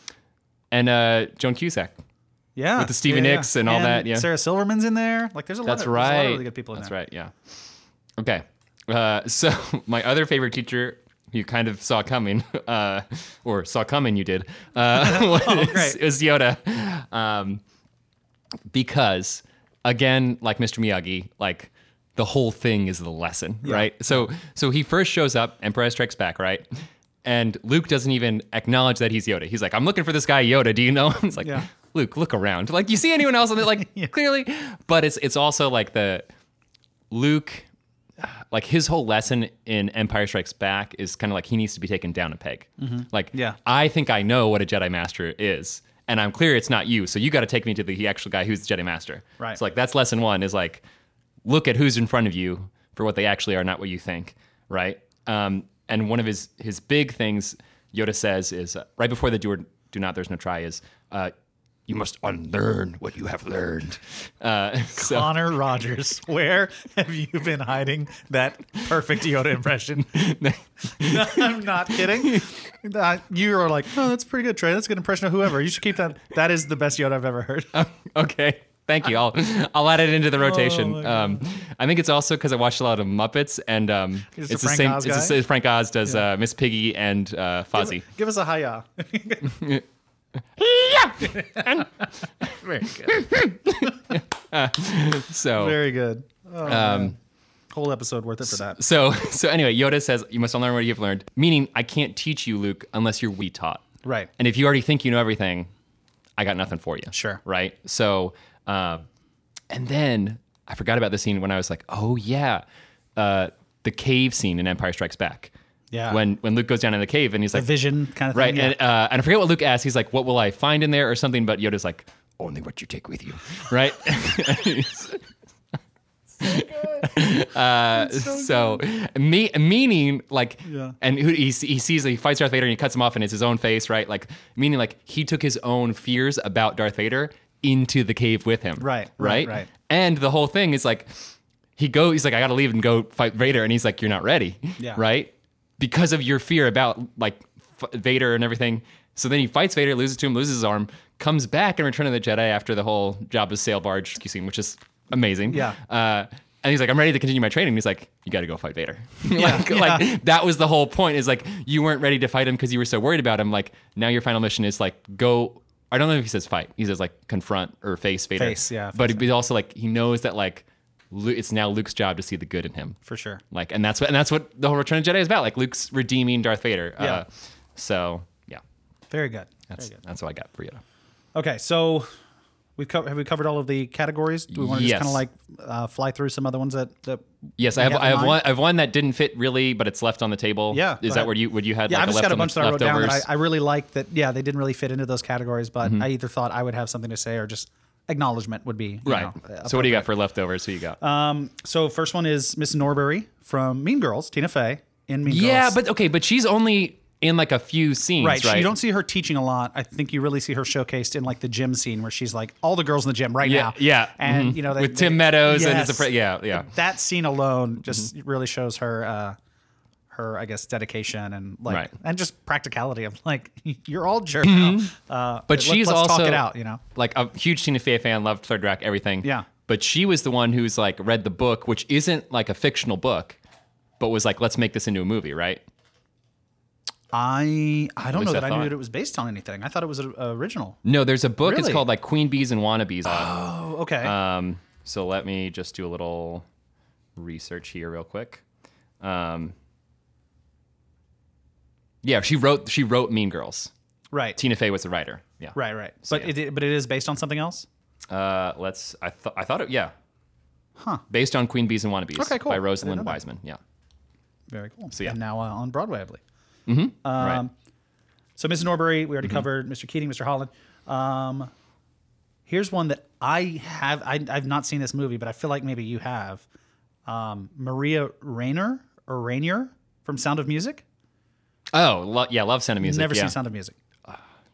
S2: and uh, Joan Cusack.
S1: Yeah, with
S2: the Stevie Nicks and all that, yeah.
S1: Sarah Silverman's in there. Like, there's a lot.
S2: That's
S1: of, there's
S2: right.
S1: A lot of really good people in
S2: That's
S1: there.
S2: right. Yeah. Okay. Uh, <laughs> so my other favorite teacher you kind of saw coming, <laughs> uh, or saw coming you did,
S1: <laughs>
S2: uh, <laughs> was,
S1: Oh, great.
S2: was Yoda. Um, because again, like Mr. Miyagi, like the whole thing is the lesson, right? So so he first shows up, Empire Strikes Back, right? And Luke doesn't even acknowledge that he's Yoda. He's like, I'm looking for this guy Yoda. Do you know? him?" <laughs> It's like,
S1: Yeah.
S2: Luke, look around. Like, you see anyone else on
S1: <laughs>
S2: it? Like, clearly. But it's it's also like the Luke, like his whole lesson in Empire Strikes Back is kind of like he needs to be taken down a peg. Like,
S1: Mm-hmm. Yeah.
S2: I think I know what a Jedi Master is, and I'm clear it's not you. So you got to take me to the actual guy who's the Jedi Master.
S1: Right.
S2: So like that's lesson one is like, look at who's in front of you for what they actually are, not what you think. Right. Um, and one of his his big things Yoda says is uh, right before the do or do not, there's no try is. Uh, <laughs> you must unlearn what you have learned. Uh, so-
S1: Connor Rogers, <laughs> where have you been hiding that perfect Yoda impression? <laughs> I'm not kidding. Uh, you are like, oh, that's pretty good, Trey. That's a good impression of whoever. You should keep that. That is the best Yoda I've ever heard.
S2: okay. Thank you. I'll <laughs> I'll add it into
S1: Oh
S2: the rotation. um, I think it's also because I watched a lot of Muppets, and um,
S1: Is
S2: it's,
S1: it
S2: the
S1: Frank
S2: same.
S1: Oz
S2: it's the
S1: guy?
S2: same- Frank Oz does uh, Miss Piggy and uh, Fozzie.
S1: <laughs> Give us a hiya.
S2: Oh. So
S1: Very good.
S2: Um,
S1: Oh, man. Whole episode worth it for that.
S2: so <laughs> so anyway, Yoda says you must unlearn what you've learned. Meaning, I can't teach you, Luke, unless you're we taught.
S1: Right.
S2: And if you already think you know everything, I got nothing for you.
S1: Sure.
S2: Right. So, uh, and then I forgot about the scene when I was like, oh yeah, uh, the cave scene in Empire Strikes Back.
S1: Yeah.
S2: When when Luke goes down in the cave and he's
S1: The
S2: like,
S1: vision kind of
S2: right,
S1: thing. yeah.
S2: and uh, and I forget what Luke asks. He's like, what will I find in there or something? But Yoda's like, only what you take with you.
S1: <laughs>
S2: Right. Uh, so me, meaning like
S1: Yeah.
S2: and who, he, he sees he fights darth vader and he cuts him off and it's his own face right like meaning like he took his own fears about darth vader into the cave with him
S1: Right, right,
S2: right
S1: right.
S2: and the whole thing is like he go he's like i gotta leave and go fight vader and he's like you're not ready
S1: Yeah.
S2: <laughs> right because of your fear about like f- vader and everything so then he fights Vader, loses to him, loses his arm, comes back in Return of the Jedi after the whole Jabba's sail barge scene, which is amazing.
S1: Yeah.
S2: Uh, and he's like, I'm ready to continue my training. He's like, you got to go fight Vader. <laughs> like,
S1: Yeah.
S2: like that was the whole point. Is like you weren't ready to fight him because you were so worried about him. Like now your final mission is like go. I don't know if he says fight. He says like confront or face Vader.
S1: Face, yeah,
S2: But he's also like he knows that like Lu- it's now Luke's job to see the good in him.
S1: for sure.
S2: Like, and that's what and that's what the whole Return of the Jedi is about. Like Luke's redeeming Darth Vader.
S1: Yeah.
S2: Uh, so yeah,
S1: Very good.
S2: that's that's what I got for you.
S1: Okay, so we've co- have we covered all of the categories? Do we want to
S2: Yes.
S1: just kind of like uh, fly through some other ones that? that
S2: Yes,
S1: we
S2: I have.
S1: had in
S2: I have
S1: mind?
S2: one. I have one that didn't fit really, but it's left on the table.
S1: Yeah, go
S2: is
S1: ahead.
S2: that where you would you had?
S1: Yeah,
S2: like
S1: I've just got a
S2: left
S1: bunch that
S2: on
S1: I wrote down that I,
S2: leftovers? Mm-hmm.
S1: I really like that. Yeah, they didn't really fit into those categories, but I either thought I would have something to say or just acknowledgement would be you
S2: Right.
S1: know, uh,
S2: so what do you got for leftovers? Who you got?
S1: So first one is Miss Norbury from Mean Girls, Tina Fey in Mean
S2: yeah,
S1: Girls.
S2: but okay, but she's only in like a few scenes,
S1: right,
S2: right?
S1: she- you don't see her teaching a lot. I think you really see her showcased in like the gym scene where she's like all the girls in the gym right
S2: Yeah,
S1: now.
S2: yeah,
S1: and
S2: mhm.
S1: you know they,
S2: with
S1: they-
S2: Tim Meadows and his
S1: Yes.
S2: appra- yeah, yeah, Mm-hmm.
S1: that scene alone just really shows her uh her I guess dedication and like
S2: Right.
S1: and just practicality of like <laughs> you're all jerk now. Uh,
S2: But
S1: let-
S2: she's
S1: let's
S2: also
S1: talk it out, you know.
S2: like a huge Tina Fey fan, loved Third Rock, everything.
S1: Yeah.
S2: but she was the one who's like read the book, which isn't like a fictional book, but was like, let's make this into a movie, right?
S1: I I don't
S2: least
S1: know
S2: I
S1: that I, knew
S2: thought.
S1: that it was based on anything. I thought it was an original.
S2: No, there's a book. It's
S1: Really?
S2: called like Queen Bees and Wannabes. <gasps>
S1: Oh, okay.
S2: Um, so let me just do a little research here, real quick. Um, yeah, she wrote she wrote Mean Girls.
S1: right.
S2: Tina Fey was the writer. Yeah.
S1: Right, right.
S2: So,
S1: but
S2: yeah.
S1: it, but it is based on something else.
S2: Uh, let's. I thought. I thought it. Yeah. Huh. Based on Queen Bees and Wannabes.
S1: Okay, cool.
S2: By
S1: I didn't know
S2: Rosalind
S1: that.
S2: Wiseman. Yeah.
S1: Very cool.
S2: So, yeah.
S1: And now uh, on Broadway, I believe.
S2: right. Mm-hmm.
S1: So Mrs. Norbury, we already covered Mr. Keating, Mr. Holland. Um, Here's one that I have. I, I've not seen this movie, but I feel like maybe you have. Um, Maria Rayner or Rainier from Sound of Music.
S2: Oh, lo- yeah, love Sound of Music.
S1: Never
S2: yeah.
S1: seen Sound of Music.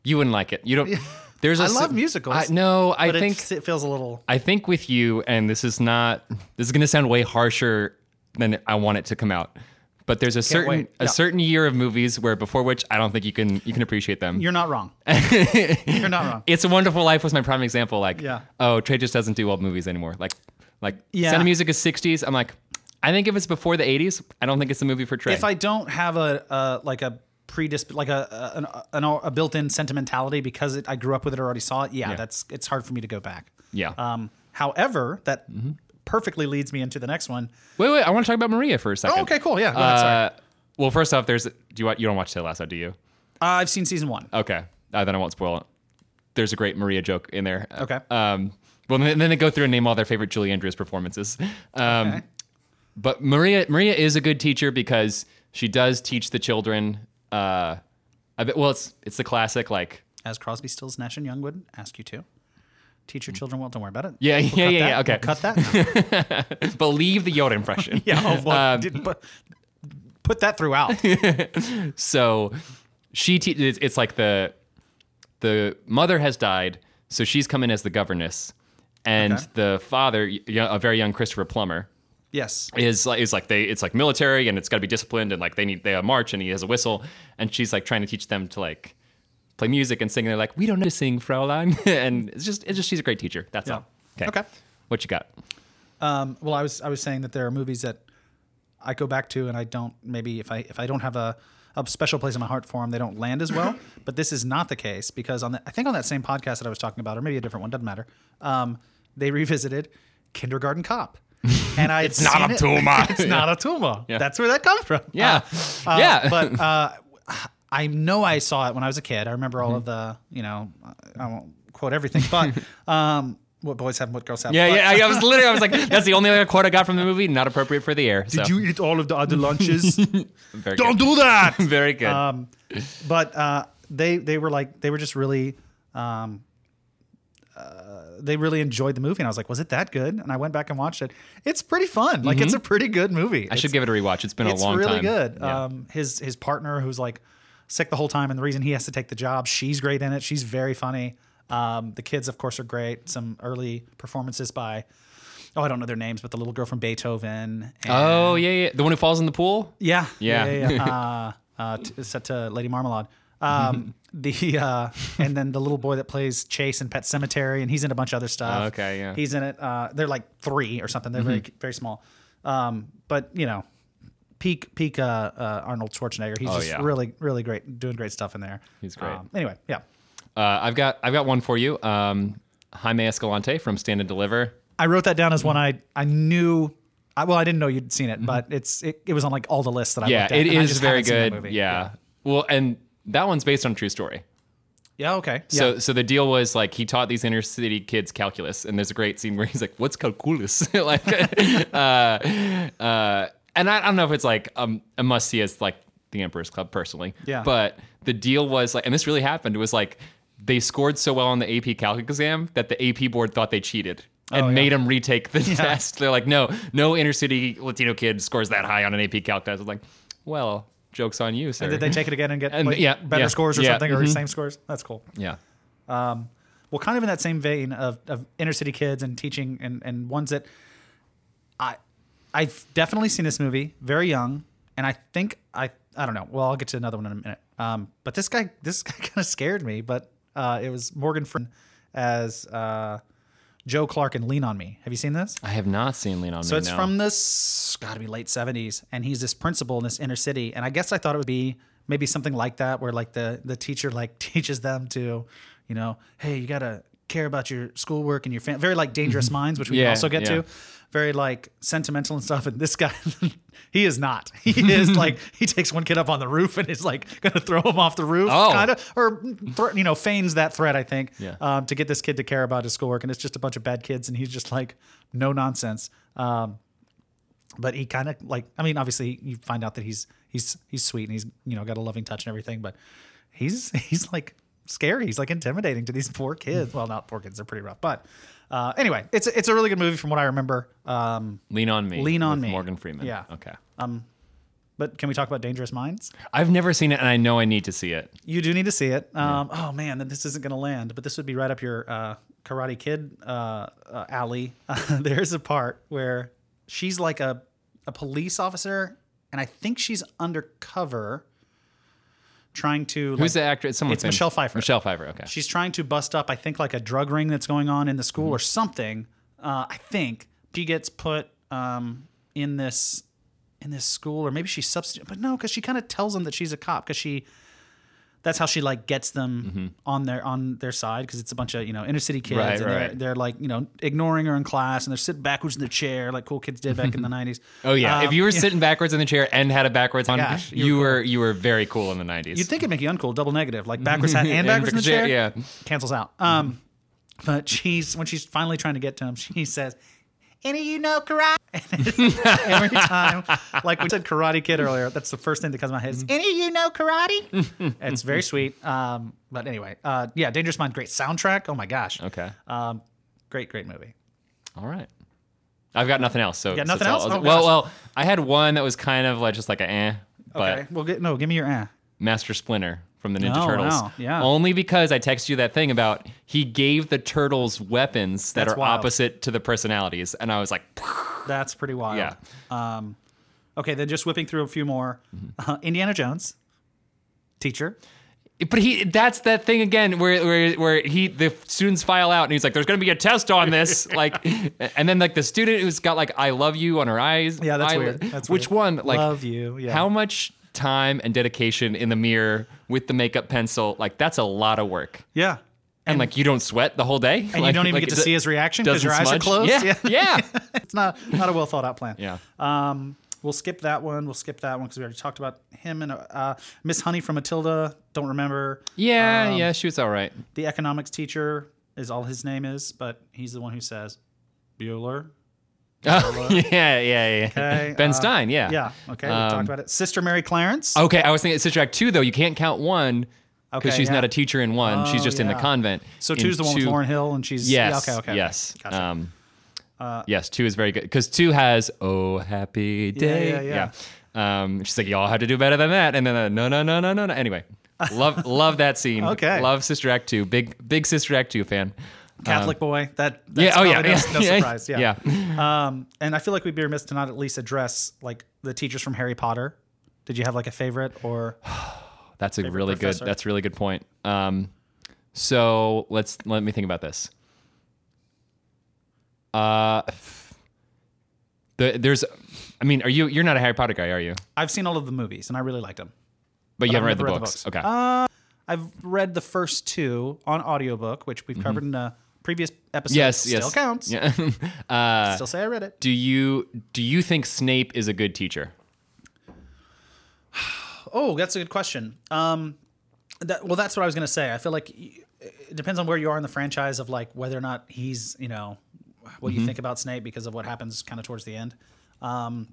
S2: You wouldn't like it. You don't.
S1: <laughs>
S2: There's a
S1: I
S2: s-
S1: love musicals,
S2: I, no, I
S1: but it
S2: think
S1: just- it feels a little.
S2: I think with you, and this is not. This is going to sound way harsher than I want it to come out. But there's a certain
S1: wait.
S2: a
S1: Yeah.
S2: certain year of movies where before which I don't think you can you can appreciate them.
S1: You're not
S2: <laughs>
S1: wrong. You're not wrong.
S2: It's a Wonderful Life was my prime example. Like,
S1: Yeah.
S2: oh, Trey just doesn't do old movies anymore. Like, like
S1: Yeah.
S2: Sound of Music is '60s. I'm like, I think if it's before the '80s, I don't think it's a movie for Trey.
S1: If I don't have a, a like a predisp like a a, an, a built-in sentimentality because it, I grew up with it or already saw it, yeah, that's it's hard for me to go back.
S2: yeah. Mm-hmm.
S1: Um, however, that perfectly leads me into the next one.
S2: wait, wait. I want to talk about Maria for a second.
S1: Oh, okay, cool. Yeah, go ahead, sorry.
S2: Uh, well, first off, there's do you wa- you don't watch Ted Lasso, do you?
S1: Uh, I've seen season one.
S2: Okay, uh, then I won't spoil it. There's a great Maria joke in there. Uh,
S1: Okay.
S2: Um, well, then, then they go through and name all their favorite Julie Andrews performances. Um,
S1: Okay.
S2: But Maria Maria is a good teacher because she does teach the children. Uh, a bit, well, it's it's the classic like
S1: As Crosby, Stills, Nash and Young would ask you to teach your children well. Don't worry about it.
S2: yeah <laughs> yeah
S1: Cut
S2: yeah,
S1: that.
S2: yeah okay
S1: Cut that. <laughs>
S2: believe the Yoda impression
S1: yeah. Oh, well, didn't put, put that throughout. <laughs>
S2: so she te- it's, it's like the the mother has died so she's come in as the governess and
S1: Okay.
S2: the father y- y- a very young christopher plummer
S1: yes.
S2: is like is like they it's like military and it's got to be disciplined and like they need they have a march and he has a whistle and she's like trying to teach them to like play music and sing and they're like we don't know how to sing Fraulein <laughs> and it's just it's just she's a great teacher that's
S1: Yeah.
S2: all
S1: Okay.
S2: what you got
S1: Um, well, I was I was saying that there are movies that I go back to and I don't maybe if I if I don't have a, a special place in my heart for them, they don't land as <laughs> well. but this is not the case because on the, I think on that same podcast that I was talking about, or maybe a different one, doesn't matter. Um, they revisited Kindergarten <laughs> Cop, and I it's
S2: not a
S1: <laughs>
S2: Tuma.
S1: it's not a Tuma. That's where that comes from.
S2: yeah
S1: Uh,
S2: yeah
S1: <laughs> but uh, I know I saw it when I was a kid. I remember
S2: Mm-hmm.
S1: all of the, you know, I won't quote everything,
S2: <laughs>
S1: but um, what boys have and what girls have.
S2: <laughs> yeah
S1: But-
S2: yeah I, I was literally I was like that's the only other quote I got from the movie not appropriate for the air so
S1: Did you eat all of the other
S2: <laughs>
S1: lunches?
S2: very
S1: Don't
S2: good.
S1: do that.
S2: <laughs> very good
S1: but uh, they they were like they were just really, um, uh, they really enjoyed the movie, and I was like, was it that good? And I went back and watched it. It's pretty fun. Like it's a pretty good movie.
S2: Mm-hmm. I should give it a rewatch it's been
S1: It's
S2: a long
S1: really
S2: time
S1: good.
S2: Yeah.
S1: Um, his his partner who's like sick the whole time, and the reason he has to take the job, she's great in it. She's very funny. Um, the kids, of course, are great. Some early performances by. Oh, I don't know their names, but the little girl from Beethoven. And
S2: oh yeah yeah the one who falls in the pool
S1: yeah.
S2: Yeah.
S1: Yeah.
S2: <laughs>
S1: yeah. uh, uh, t- set to Lady Marmalade.
S2: <laughs>
S1: Um, the uh, and then the little boy that plays Chase in Pet Cemetery, and he's in a bunch of other stuff.
S2: Oh, Okay, yeah. Mm-hmm.
S1: He's in it. Uh, they're like three or something. They're very very small. Um, but you know, peak peak uh, uh, Arnold Schwarzenegger. He's just
S2: Oh, yeah.
S1: really really great, doing great stuff in there.
S2: He's great.
S1: Um, anyway, yeah.
S2: Uh, I've got I've got one for you. Um, Jaime Escalante from Stand and Deliver.
S1: I wrote that down as one I I knew. I, well, I didn't know you'd seen it, but it's it, it was on like all the lists that I
S2: Mm-hmm. Yeah,
S1: looked at.
S2: it
S1: and I
S2: is
S1: just
S2: very
S1: haven't seen that
S2: good. Yeah.
S1: movie.
S2: Well, and that one's based on a true story.
S1: Yeah. Okay. Yeah.
S2: So so the deal was like he taught these inner city kids calculus, and there's a great scene where he's like, "What's calculus?" <laughs> like, uh, uh, and I, I don't know if it's like um, a must see as like the Emperor's Club personally.
S1: Yeah.
S2: But the deal was like, and this really happened. It was like they scored so well on the AP Calc exam that the AP board thought they cheated. And
S1: Oh, <laughs> yeah.
S2: made them retake the test. They're like, no, no inner city Latino kid scores that high on an AP Calc test. I'm like, well, joke's on you, sir.
S1: Did they take it again and get
S2: And,
S1: like,
S2: yeah,
S1: better
S2: yeah,
S1: scores or
S2: yeah, mm-hmm.
S1: something or same scores? That's cool.
S2: yeah.
S1: Well, kind of in that same vein of, of inner city kids and teaching and, and ones that I I've definitely seen this movie very young, and I think I I don't know. Well, I'll get to another one in a minute. Um, but this guy this <laughs> guy kind of scared me. But uh, it was Morgan Freeman as uh, Joe Clark and Lean on Me. Have you seen this?
S2: I have not seen Lean on
S1: So
S2: Me.
S1: it's
S2: no.
S1: from this got to be late seventies, and he's this principal in this inner city. And I guess I thought it would be maybe something like that, where like the the teacher like <laughs> teaches them to, you know, hey, you gotta care about your schoolwork and your family. Very like Dangerous Minds, which we can
S2: Mm-hmm. Yeah,
S1: also get
S2: yeah.
S1: to. Very like sentimental and stuff. And this guy, <laughs> he is not. <laughs> He is like
S2: <laughs>
S1: he takes one kid up on the roof and is like gonna throw him off the roof,
S2: Oh.
S1: kind of, or mm, thre- you know, feigns that threat. I think
S2: Yeah.
S1: um, to get this kid to care about his schoolwork, and it's just a bunch of bad kids, and he's just like no nonsense. Um, but he kind of like, I mean, obviously you find out that he's <laughs> he's he's sweet and he's you know got a loving touch and everything, but he's he's like scary. He's like intimidating to these poor kids. Well, not poor kids; they're pretty rough. But uh, anyway, it's it's a really good movie from what I remember. Um,
S2: Lean on me.
S1: Lean on
S2: with
S1: Me.
S2: Morgan Freeman.
S1: Yeah.
S2: Okay.
S1: but can we talk about Dangerous Minds?
S2: I've never seen it, and I know I need to see it.
S1: You do need to see it. Um, Oh man, then this isn't going to land, but this would be right up your uh, Karate Kid uh, uh, alley. <laughs> There's a part where she's like a a police officer, and I think she's undercover, trying to.
S2: Who's
S1: like,
S2: the actor? It's someone.
S1: It's
S2: famous.
S1: Michelle Pfeiffer.
S2: Michelle Pfeiffer. Okay.
S1: She's trying to bust up, I think, like a drug ring that's going on in the
S2: Mm-hmm.
S1: school or something. Uh, I think she gets put um, in this in this school, or maybe she substitute. But no, because she kind of tells them that she's a cop because she. That's how she like gets them on their on their side because it's a bunch of you know inner city kids
S2: Mm-hmm. Right,
S1: and
S2: right,
S1: they're,
S2: right.
S1: they're like you know ignoring her in class and they're sitting backwards in the chair like cool kids did back
S2: <laughs>
S1: in the nineties. Um,
S2: Oh yeah. if you were sitting backwards in the chair and had a backwards on,
S1: Gosh, you
S2: you were you were very cool in the nineties.
S1: You'd think it'd make you uncool, double negative,
S2: <laughs>
S1: like backwards hat and backwards in the chair.
S2: Yeah.
S1: cancels out. Um, but she's when she's finally trying to get to him, she says, "Any of you know karate?" <laughs> And every time, like we said, Karate Kid earlier, that's the first thing that comes to my head. Is, Any of you know
S2: <laughs>
S1: karate? it's very sweet. Um, but anyway, uh, yeah, Dangerous Mind, great soundtrack. Oh my gosh,
S2: Okay.
S1: um, great, great movie.
S2: All right. I've got nothing else. So
S1: got
S2: so
S1: nothing
S2: it's all-
S1: else? Oh,
S2: well,
S1: gosh.
S2: well, I had one that was kind of like just like a eh, but
S1: Okay, well, get, no, give me your eh.
S2: Master Splinter from the Ninja
S1: Oh,
S2: Turtles.
S1: wow. Yeah.
S2: Only because I texted you that thing about he gave the turtles weapons that
S1: That's
S2: are
S1: wild.
S2: opposite to the personalities, and I was like,
S1: That's pretty wild.
S2: yeah,
S1: Um, okay, then just whipping through a few more.
S2: Mm-hmm.
S1: Uh, Indiana Jones, teacher.
S2: but he that's that thing again where where where he the students file out and he's like, there's gonna be a test on this, like, and then like the student who's got like I love you on her eyes.
S1: Yeah, that's
S2: eyelid-
S1: weird. That's
S2: which
S1: weird.
S2: one? Like
S1: Love you. Yeah.
S2: How much time and dedication in the mirror with the makeup pencil? Like that's a lot of work.
S1: Yeah.
S2: And, like you don't sweat the whole day.
S1: and you don't even get to see his reaction because your eyes are closed. <laughs>
S2: Yeah, yeah,
S1: it's not not a well thought out plan.
S2: yeah.
S1: Um, we'll skip that one. We'll skip that one because we already talked about him and uh, Miss Honey from Matilda. Don't remember Um,
S2: Yeah, yeah, she was all right.
S1: the economics teacher is all his name is, but he's the one who says Bueller.
S2: Oh, <laughs> yeah, yeah, yeah.
S1: uh, Okay,
S2: ben
S1: uh,
S2: Stein, yeah.
S1: Yeah. Okay. We
S2: Um, oh,
S1: talked about it. Sister Mary Clarence.
S2: Okay, I was thinking it's Sister Act 2, though. You can't count one because
S1: Okay,
S2: she's
S1: yeah.
S2: not a teacher in one. she's
S1: Oh,
S2: just in the
S1: yeah.
S2: convent.
S1: so
S2: In
S1: two's the one with
S2: two-
S1: Lauren Hill, and she's yeah,
S2: Yes.
S1: okay. Okay. okay.
S2: Yes.
S1: Gotcha. Uh,
S2: Um, yes, two is very good because two has "Oh Happy Day."
S1: yeah, yeah.
S2: Um, she's like, "Y'all have to do better than that," and then uh, no, no, no, no, no, no. Anyway,
S1: <laughs>
S2: love love that scene.
S1: Okay.
S2: love Sister Act two. Big big Sister Act two fan.
S1: Catholic boy. That that's
S2: Um, yeah. Oh yeah.
S1: probably
S2: <laughs> yeah,
S1: No, no surprise.
S2: yeah. yeah.
S1: Um, and I feel like we'd be remiss to not at least address like the teachers from Harry Potter. Did you have like a favorite or
S2: That's a really
S1: professor?
S2: good. That's a really good point. Um, so let's let me think about this. Uh, the, there's, I mean, are you you're not a Harry Potter guy, are you?
S1: I've seen all of the movies and I really liked them.
S2: But you
S1: I've
S2: haven't read the,
S1: never read the
S2: books.
S1: books.
S2: Okay.
S1: I've read the first two on audiobook, which we've covered in a previous episode.
S2: yes.
S1: Still
S2: yes.
S1: counts.
S2: Yeah. <laughs> uh,
S1: Still say I read it.
S2: do you do you think Snape is a good teacher?
S1: Oh, that's a good question. Um, that, well, that's what I was gonna say. I feel like y- it depends on where you are in the franchise of like whether or not he's you know what
S2: Mm-hmm.
S1: you think about Snape because of what happens kind of towards the end. Um,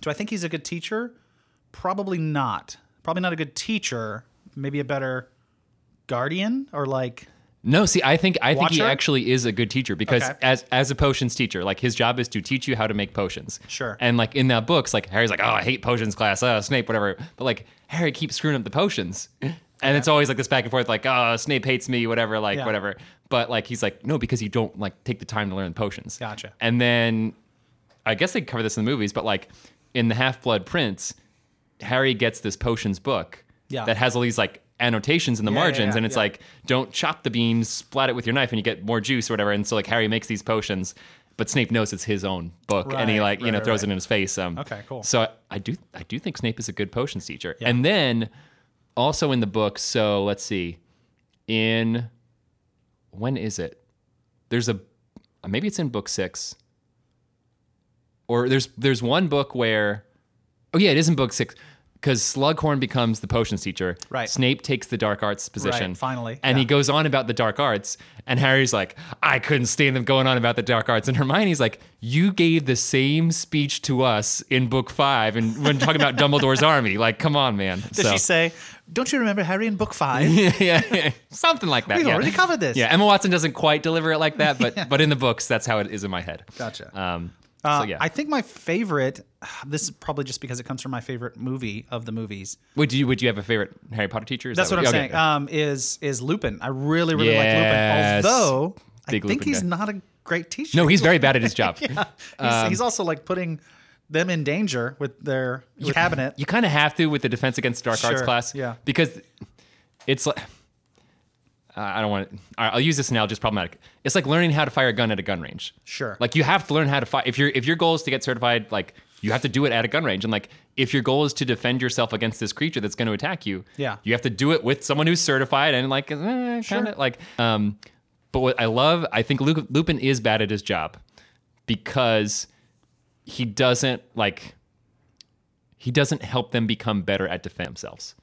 S1: do I think he's a good teacher? Probably not. Probably not a good teacher. Maybe a better guardian or like
S2: No, see, I think I think he
S1: Watcher?
S2: actually is a good teacher because
S1: Okay.
S2: as as a potions teacher, like his job is to teach you how to make potions.
S1: Sure.
S2: And like in that books, like Harry's like, oh, I hate potions class, uh, Snape, whatever. But like Harry keeps screwing up the potions, and it's always like this back and forth, like, oh, Snape hates me, whatever, like
S1: Yeah.
S2: whatever. But like he's like, no, because you don't like take the time to learn the potions.
S1: Gotcha.
S2: And then I guess they cover this in the movies, but like in the Half Blood Prince, Harry gets this potions book
S1: Yeah.
S2: that has all these like annotations in the
S1: Yeah, yeah,
S2: margins,
S1: yeah,
S2: and it's
S1: yeah.
S2: like don't chop the beans, splat it with your knife, and you get more juice or whatever. And so like Harry makes these potions, but Snape knows it's his own book, and he
S1: Right,
S2: like you
S1: right,
S2: know
S1: right,
S2: throws
S1: right.
S2: it in his face. Um,
S1: Okay, cool.
S2: So I, I do I do think Snape is a good potions teacher, and then also in the book. So let's see, in when is it? There's a maybe it's in book six or there's there's one book where oh yeah it is in book six because Slughorn becomes the potions teacher.
S1: Right.
S2: Snape takes the dark arts position.
S1: finally,
S2: And he
S1: yeah.
S2: goes on about the dark arts. And Harry's like, I couldn't stand them going on about the dark arts. And Hermione's like, You gave the same speech to us in book five and when talking about Dumbledore's army. Like, come on, man.
S1: Does she say, "Don't you remember Harry in Book 5?
S2: <laughs> yeah, something like that.
S1: We've
S2: yeah.
S1: already covered this.
S2: Yeah, Emma Watson doesn't quite deliver it like
S1: <laughs>
S2: that, but but in the books, that's how it is in my head.
S1: Gotcha.
S2: Um,
S1: Uh,
S2: so yeah,
S1: I think my favorite. <sighs> This is probably just because it comes from my favorite movie of the movies.
S2: would you would you have a favorite Harry Potter teacher? Is
S1: That's
S2: that
S1: what I'm
S2: okay.
S1: saying. Um, is is Lupin? I really really like
S2: Yes.
S1: Lupin. Although
S2: Big
S1: I think
S2: Lupin
S1: he's
S2: guy.
S1: not a great teacher.
S2: no, he's very Um, bad at his job.
S1: yeah. <laughs> He's, he's also like putting them in danger with their with cabinet.
S2: You kind of have to with the Defense Against Dark Arts
S1: Sure,
S2: class,
S1: yeah.
S2: because it's like. I I don't want to. I'll use this analogy. It's problematic. It's like learning how to fire a gun at a gun range.
S1: Sure.
S2: Like you have to learn how to fire. If your if your goal is to get certified, like you have to do it at a gun range. And like if your goal is to defend yourself against this creature that's going to attack you,
S1: Yeah.
S2: you have to do it with someone who's certified and like kind of like. Um, but what I love, I think Lu- Lupin is bad at his job because he doesn't like he doesn't help them become better at defend themselves.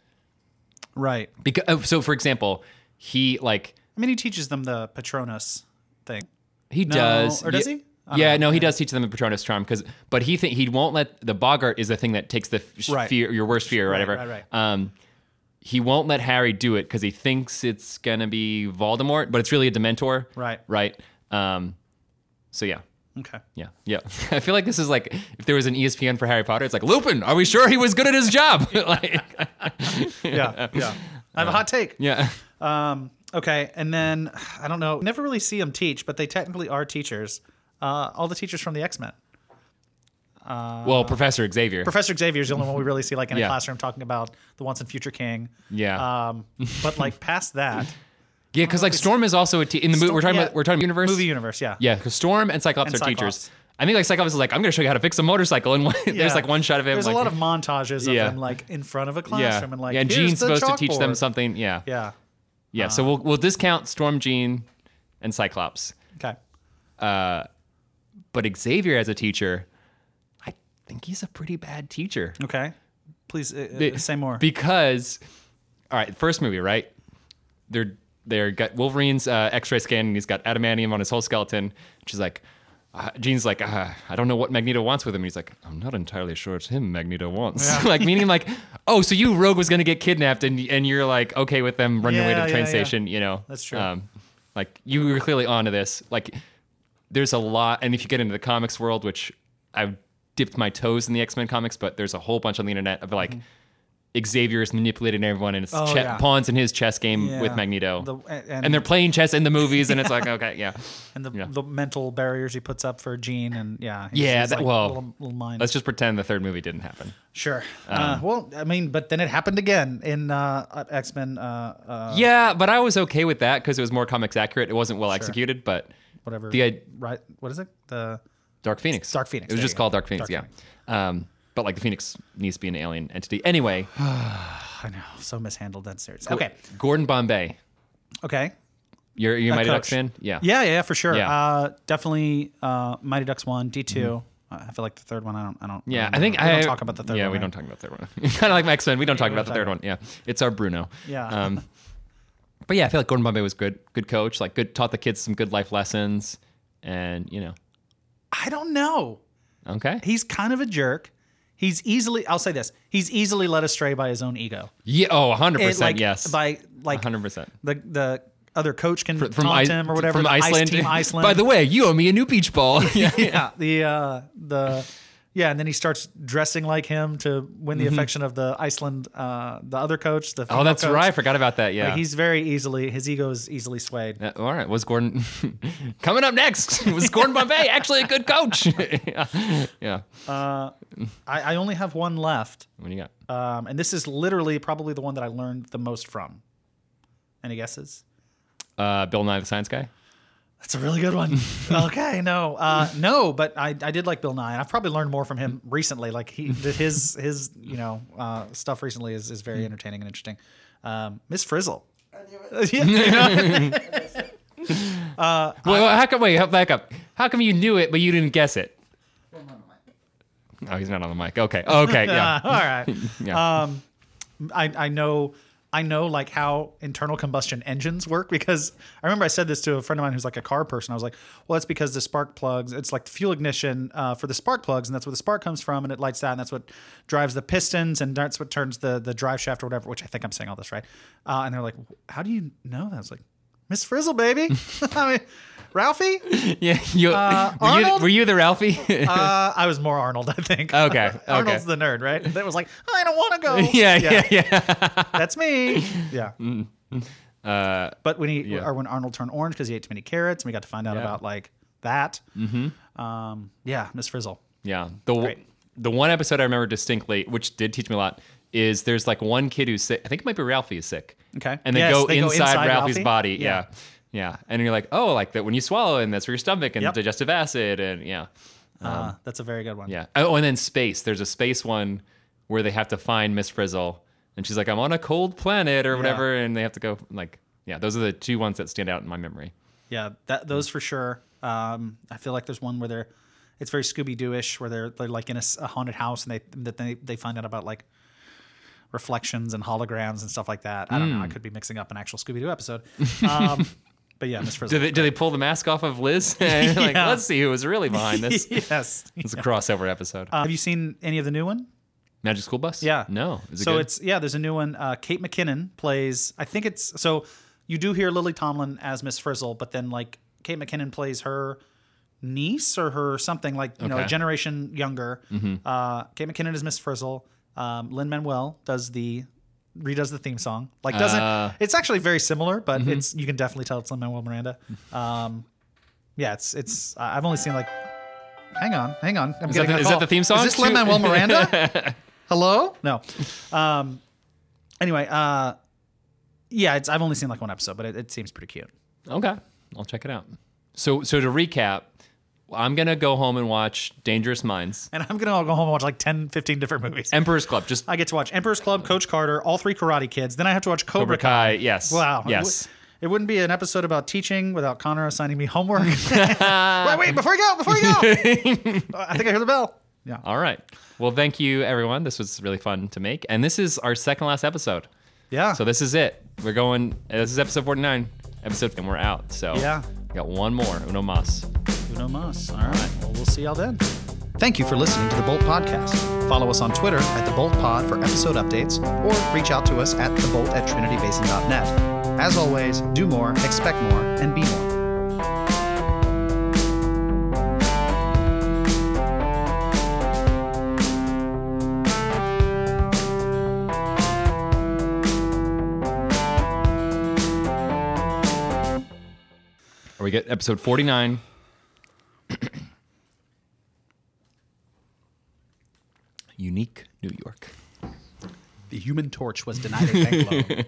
S1: right.
S2: Because so, for example, he like
S1: I mean, he teaches them the Patronus thing.
S2: he
S1: No,
S2: does,
S1: or does
S2: Ye-
S1: he? I don't
S2: Yeah,
S1: know.
S2: no, he does teach them the Patronus charm because, but he think he won't let the Bogart is the thing that takes the f-
S1: Right.
S2: fear, your worst fear, or
S1: Right,
S2: whatever.
S1: right,
S2: Um, he won't let Harry do it because he thinks it's gonna be Voldemort, but it's really a Dementor.
S1: Right.
S2: Right. Um, so yeah. <laughs>
S1: Okay.
S2: Yeah, yeah. I feel like this is like if there was an E ESPN for Harry Potter, it's like Lupin. Are we sure he was good at his job? <laughs> like,
S1: Yeah. Yeah. I have a hot take.
S2: yeah.
S1: Um, okay, and then <sighs> I don't know. Never really see them teach, but they technically are teachers. Uh, all the teachers from the X Men. Uh,
S2: well, Professor Xavier.
S1: Professor Xavier's the only one we really see like in a
S2: Yeah.
S1: classroom talking about the once and future king.
S2: yeah,
S1: Um, but like past
S2: <laughs>
S1: that,
S2: yeah. Because like Storm is also a te- in the movie. We're talking
S1: yeah.
S2: about we're talking about universe.
S1: movie universe, yeah.
S2: Yeah, because Storm and Cyclops
S1: And
S2: are teachers.
S1: Cyclops.
S2: I think like Cyclops is like, I'm gonna show you how to fix a motorcycle, and <laughs> one, there's
S1: Yeah.
S2: like one shot of him.
S1: There's
S2: like,
S1: a lot of montages of
S2: Yeah.
S1: them like in front of a
S2: yeah,
S1: classroom and like
S2: yeah. And
S1: "Here's
S2: Jean's
S1: the
S2: supposed to teach them
S1: chalkboard."
S2: something. Yeah, yeah.
S1: Yeah.
S2: so we'll we'll discount Storm, Jean, and Cyclops,
S1: Okay.
S2: but Xavier as a teacher, I think he's a pretty bad teacher.
S1: Okay. Please uh, uh,
S2: Be-
S1: say more.
S2: Because, all right, first movie, right? They're they're got Wolverine's uh, X-ray scan, and he's got adamantium on his whole skeleton. She's like, uh, Jean's like, uh, I don't know what Magneto wants with him. And he's like, I'm not entirely sure it's him Magneto wants. <laughs> like meaning like, oh, so you Rogue was gonna get kidnapped, and and you're like okay with them running away to
S1: Yeah,
S2: the train
S1: yeah, yeah.
S2: station, you know? Um,
S1: That's true.
S2: like you were clearly onto this. Like, there's a lot, and if you get into the comics world, which I've dipped my toes in the X Men comics, but there's a whole bunch on the internet of like. Xavier is manipulating everyone, and it's
S1: Mm-hmm. Oh,
S2: che-
S1: yeah.
S2: pawns in his chess game with
S1: Yeah.
S2: Magneto.
S1: The- a-
S2: and,
S1: and-
S2: they're playing chess in the movies, and
S1: <laughs>
S2: it's like, okay, yeah.
S1: and the,
S2: yeah.
S1: the mental barriers he puts up for Jean and yeah. he's-
S2: Yeah,
S1: he's,
S2: that-
S1: like,
S2: well,
S1: little, little mind.
S2: Let's just pretend the third movie didn't happen.
S1: Sure.
S2: Um,
S1: uh, well, I mean, but then it happened again in uh, X Men, uh, uh,
S2: yeah, but I was okay with that because it was more comics accurate. It wasn't well executed, but
S1: whatever.
S2: The i-
S1: right? What is it? The
S2: Dark Phoenix.
S1: Dark Phoenix,
S2: It was
S1: there
S2: just
S1: you go.
S2: called Dark Phoenix,
S1: Dark
S2: yeah. Um, but like the Phoenix needs to be an alien entity. Anyway,
S1: I know, so mishandled that series. Okay.
S2: Gordon Bombay.
S1: Okay.
S2: You're, you're a Mighty Ducks
S1: coach.
S2: fan? Yeah.
S1: Yeah, yeah, yeah, for sure.
S2: Yeah.
S1: Uh, definitely uh, Mighty Ducks one, D 2 I feel like the third one. I don't. I don't.
S2: Mm-hmm. Yeah,
S1: don't
S2: I think
S1: remember. we
S2: I
S1: don't talk about the third.
S2: Yeah,
S1: one,
S2: we
S1: right?
S2: don't talk about the third one. <laughs> kind of like Max Men, we don't talk about the
S1: don't
S2: third
S1: talk
S2: one. Yeah, it's our Bruno.
S1: Yeah.
S2: Um, but yeah, I feel like Gordon Bombay was good, good coach. Like, good taught the kids some good life lessons, and you know,
S1: I don't know.
S2: okay,
S1: He's kind of a jerk. He's easily. I'll say this. He's easily led astray by his own ego.
S2: yeah, oh, 100
S1: It,
S2: percent,
S1: like,
S2: yes,
S1: By like
S2: 100 percent
S1: the the other coach can
S2: from
S1: taunt
S2: I-
S1: him or whatever.
S2: from
S1: the ice
S2: Iceland.
S1: team Iceland.
S2: <laughs> By the way, you owe me a new beach ball. yeah,
S1: <laughs> yeah the uh the yeah and then he starts dressing like him to win the affection of the iceland uh the other coach the
S2: <laughs> oh,
S1: female
S2: that's
S1: coach.
S2: right, I forgot about that. Yeah,
S1: Like, he's very easily his ego is easily swayed
S2: Uh, all right, was Gordon <laughs> coming up next? <laughs> Was Gordon Bombay actually a good coach? <laughs> yeah. yeah,
S1: I, I only have one left
S2: what do you got?
S1: um and this is literally probably the one that i learned the most from any guesses
S2: Uh, Bill Nye the Science Guy.
S1: that's a really good one <laughs> okay no uh no but i i did like bill nye and i've probably learned more from him recently like he his his you know uh stuff recently is is very entertaining and interesting um miss frizzle <laughs> yeah.
S2: Wait, wait, how come? Wait, help back up. How come you knew it but you didn't guess it? Oh, he's not on the mic. Okay. Okay.
S1: <laughs>
S2: Yeah.
S1: All right.
S2: <laughs> Yeah.
S1: Um, I I know I know like how internal combustion engines work because I remember I said this to a friend of mine who's like a car person. I was like, well, that's because the spark plugs. It's like the fuel ignition uh, for the spark plugs, and that's where the spark comes from, and it lights that, and that's what drives the pistons, and that's what turns the the drive shaft or whatever. Which I think I'm saying all this right. Uh, and they're like, how do you know that? I was like, Miss Frizzle, baby. <laughs> I mean, Ralphie.
S2: yeah. You, were, you,
S1: Uh, Arnold?
S2: were you the Ralphie?
S1: Uh, <laughs> I was more Arnold, I think.
S2: Okay, okay.
S1: <laughs> Arnold's the nerd, right? That was like, I don't want to go.
S2: <laughs> <laughs> yeah. Yeah. Yeah.
S1: That's
S2: <laughs>
S1: me. Yeah.
S2: Uh,
S1: But when he
S2: Yeah.
S1: or when Arnold turned orange because he ate too many carrots, and we got to find out
S2: Yeah.
S1: about like that. Mm-hmm. Um, yeah, Miss Frizzle.
S2: Yeah. The w-
S1: Great.
S2: the one episode I remember distinctly, which did teach me a lot, is there's like one kid who's sick. I think it might be Ralphie is sick.
S1: Okay.
S2: And they,
S1: Yes,
S2: go,
S1: they go
S2: inside
S1: inside
S2: Ralphie's
S1: Ralphie.
S2: body.
S1: Yeah.
S2: Yeah. yeah. And you're like, oh, like that when you swallow, and that's for your stomach and
S1: Yep.
S2: digestive acid, and yeah,
S1: Uh, that's a very good one.
S2: Um, yeah. Oh, and then space. There's a space one where they have to find Miss Frizzle, and she's like, I'm on a cold planet or whatever, and they have to go like, yeah. Those are the two ones that stand out in my memory.
S1: Yeah, that those
S2: Mm.
S1: for sure. Um, I feel like there's one where they're, it's very Scooby Doo ish, where they're they're like in a, s- a haunted house and they that they they find out about like reflections and holograms and stuff like that. I don't
S2: Mm.
S1: know. I could be mixing up an actual Scooby Doo
S2: <laughs>
S1: episode. Um, but yeah, Miss
S2: Do
S1: Frizzle.
S2: they do they pull the mask off of
S1: <laughs>
S2: Liz? <laughs> And like,
S1: Yeah.
S2: let's see who was really behind this.
S1: <laughs>
S2: <laughs>
S1: yes.
S2: It's a crossover episode.
S1: Uh, have you seen any of the new one?
S2: Magic School Bus?
S1: Yeah.
S2: No. Is it
S1: so
S2: good?
S1: it's yeah. There's a new one. Uh, Kate McKinnon plays. I think it's so. You do hear Lily Tomlin as Miss Frizzle, but then like Kate McKinnon plays her niece or her something like you know a
S2: Okay. Mm-hmm.
S1: generation younger. Uh, Kate McKinnon is Miss Frizzle. Um, Lin Manuel does the redoes the theme song. Like doesn't
S2: Ah.
S1: it's actually very similar, but
S2: Mm-hmm.
S1: it's you can definitely tell it's Lin Manuel Miranda. Um, yeah, it's it's I- I've only seen like. Hang on, hang on. I'm
S2: Is that
S1: getting
S2: the-
S1: a
S2: is that
S1: call.
S2: the theme song
S1: Is this
S2: to-
S1: Lin Manuel
S2: <laughs>
S1: Miranda? Hello? No. Um, anyway, uh, yeah, it's, I've only seen like one episode, but it, it seems pretty cute.
S2: okay. I'll check it out. So so to recap, I'm gonna go home and watch Dangerous Minds,
S1: And I'm going to go home and watch like 10, 15 different <laughs> movies.
S2: Emperor's Club, just
S1: I get to watch Emperor's Club, Coach Carter, all three Karate Kids. Then I have to watch Cobra,
S2: Cobra
S1: Kai.
S2: Kai. Yes.
S1: Wow.
S2: Yes.
S1: It wouldn't be an episode about teaching without Connor assigning me
S2: <laughs>
S1: homework. <laughs> wait, wait, before you go, before you go. Uh, I think I hear the bell. Yeah.
S2: All right. Well, thank you everyone. This was really fun to make, and this is our second last episode.
S1: Yeah.
S2: So this is it. We're going. uh, This is episode 49. Episode, and we're out. So
S1: Yeah.
S2: we got one more. Uno mas.
S1: Uno Mas. All right. Well, we'll see y'all then. Thank you for listening to the Bolt Podcast. Follow us on Twitter at the Bolt Pod for episode updates, or reach out to us at thebolt at trinitybasin.net. As always, do more, expect more, and be more.
S2: Or we get episode 49. Unique New York.
S1: The Human Torch was denied a bank loan.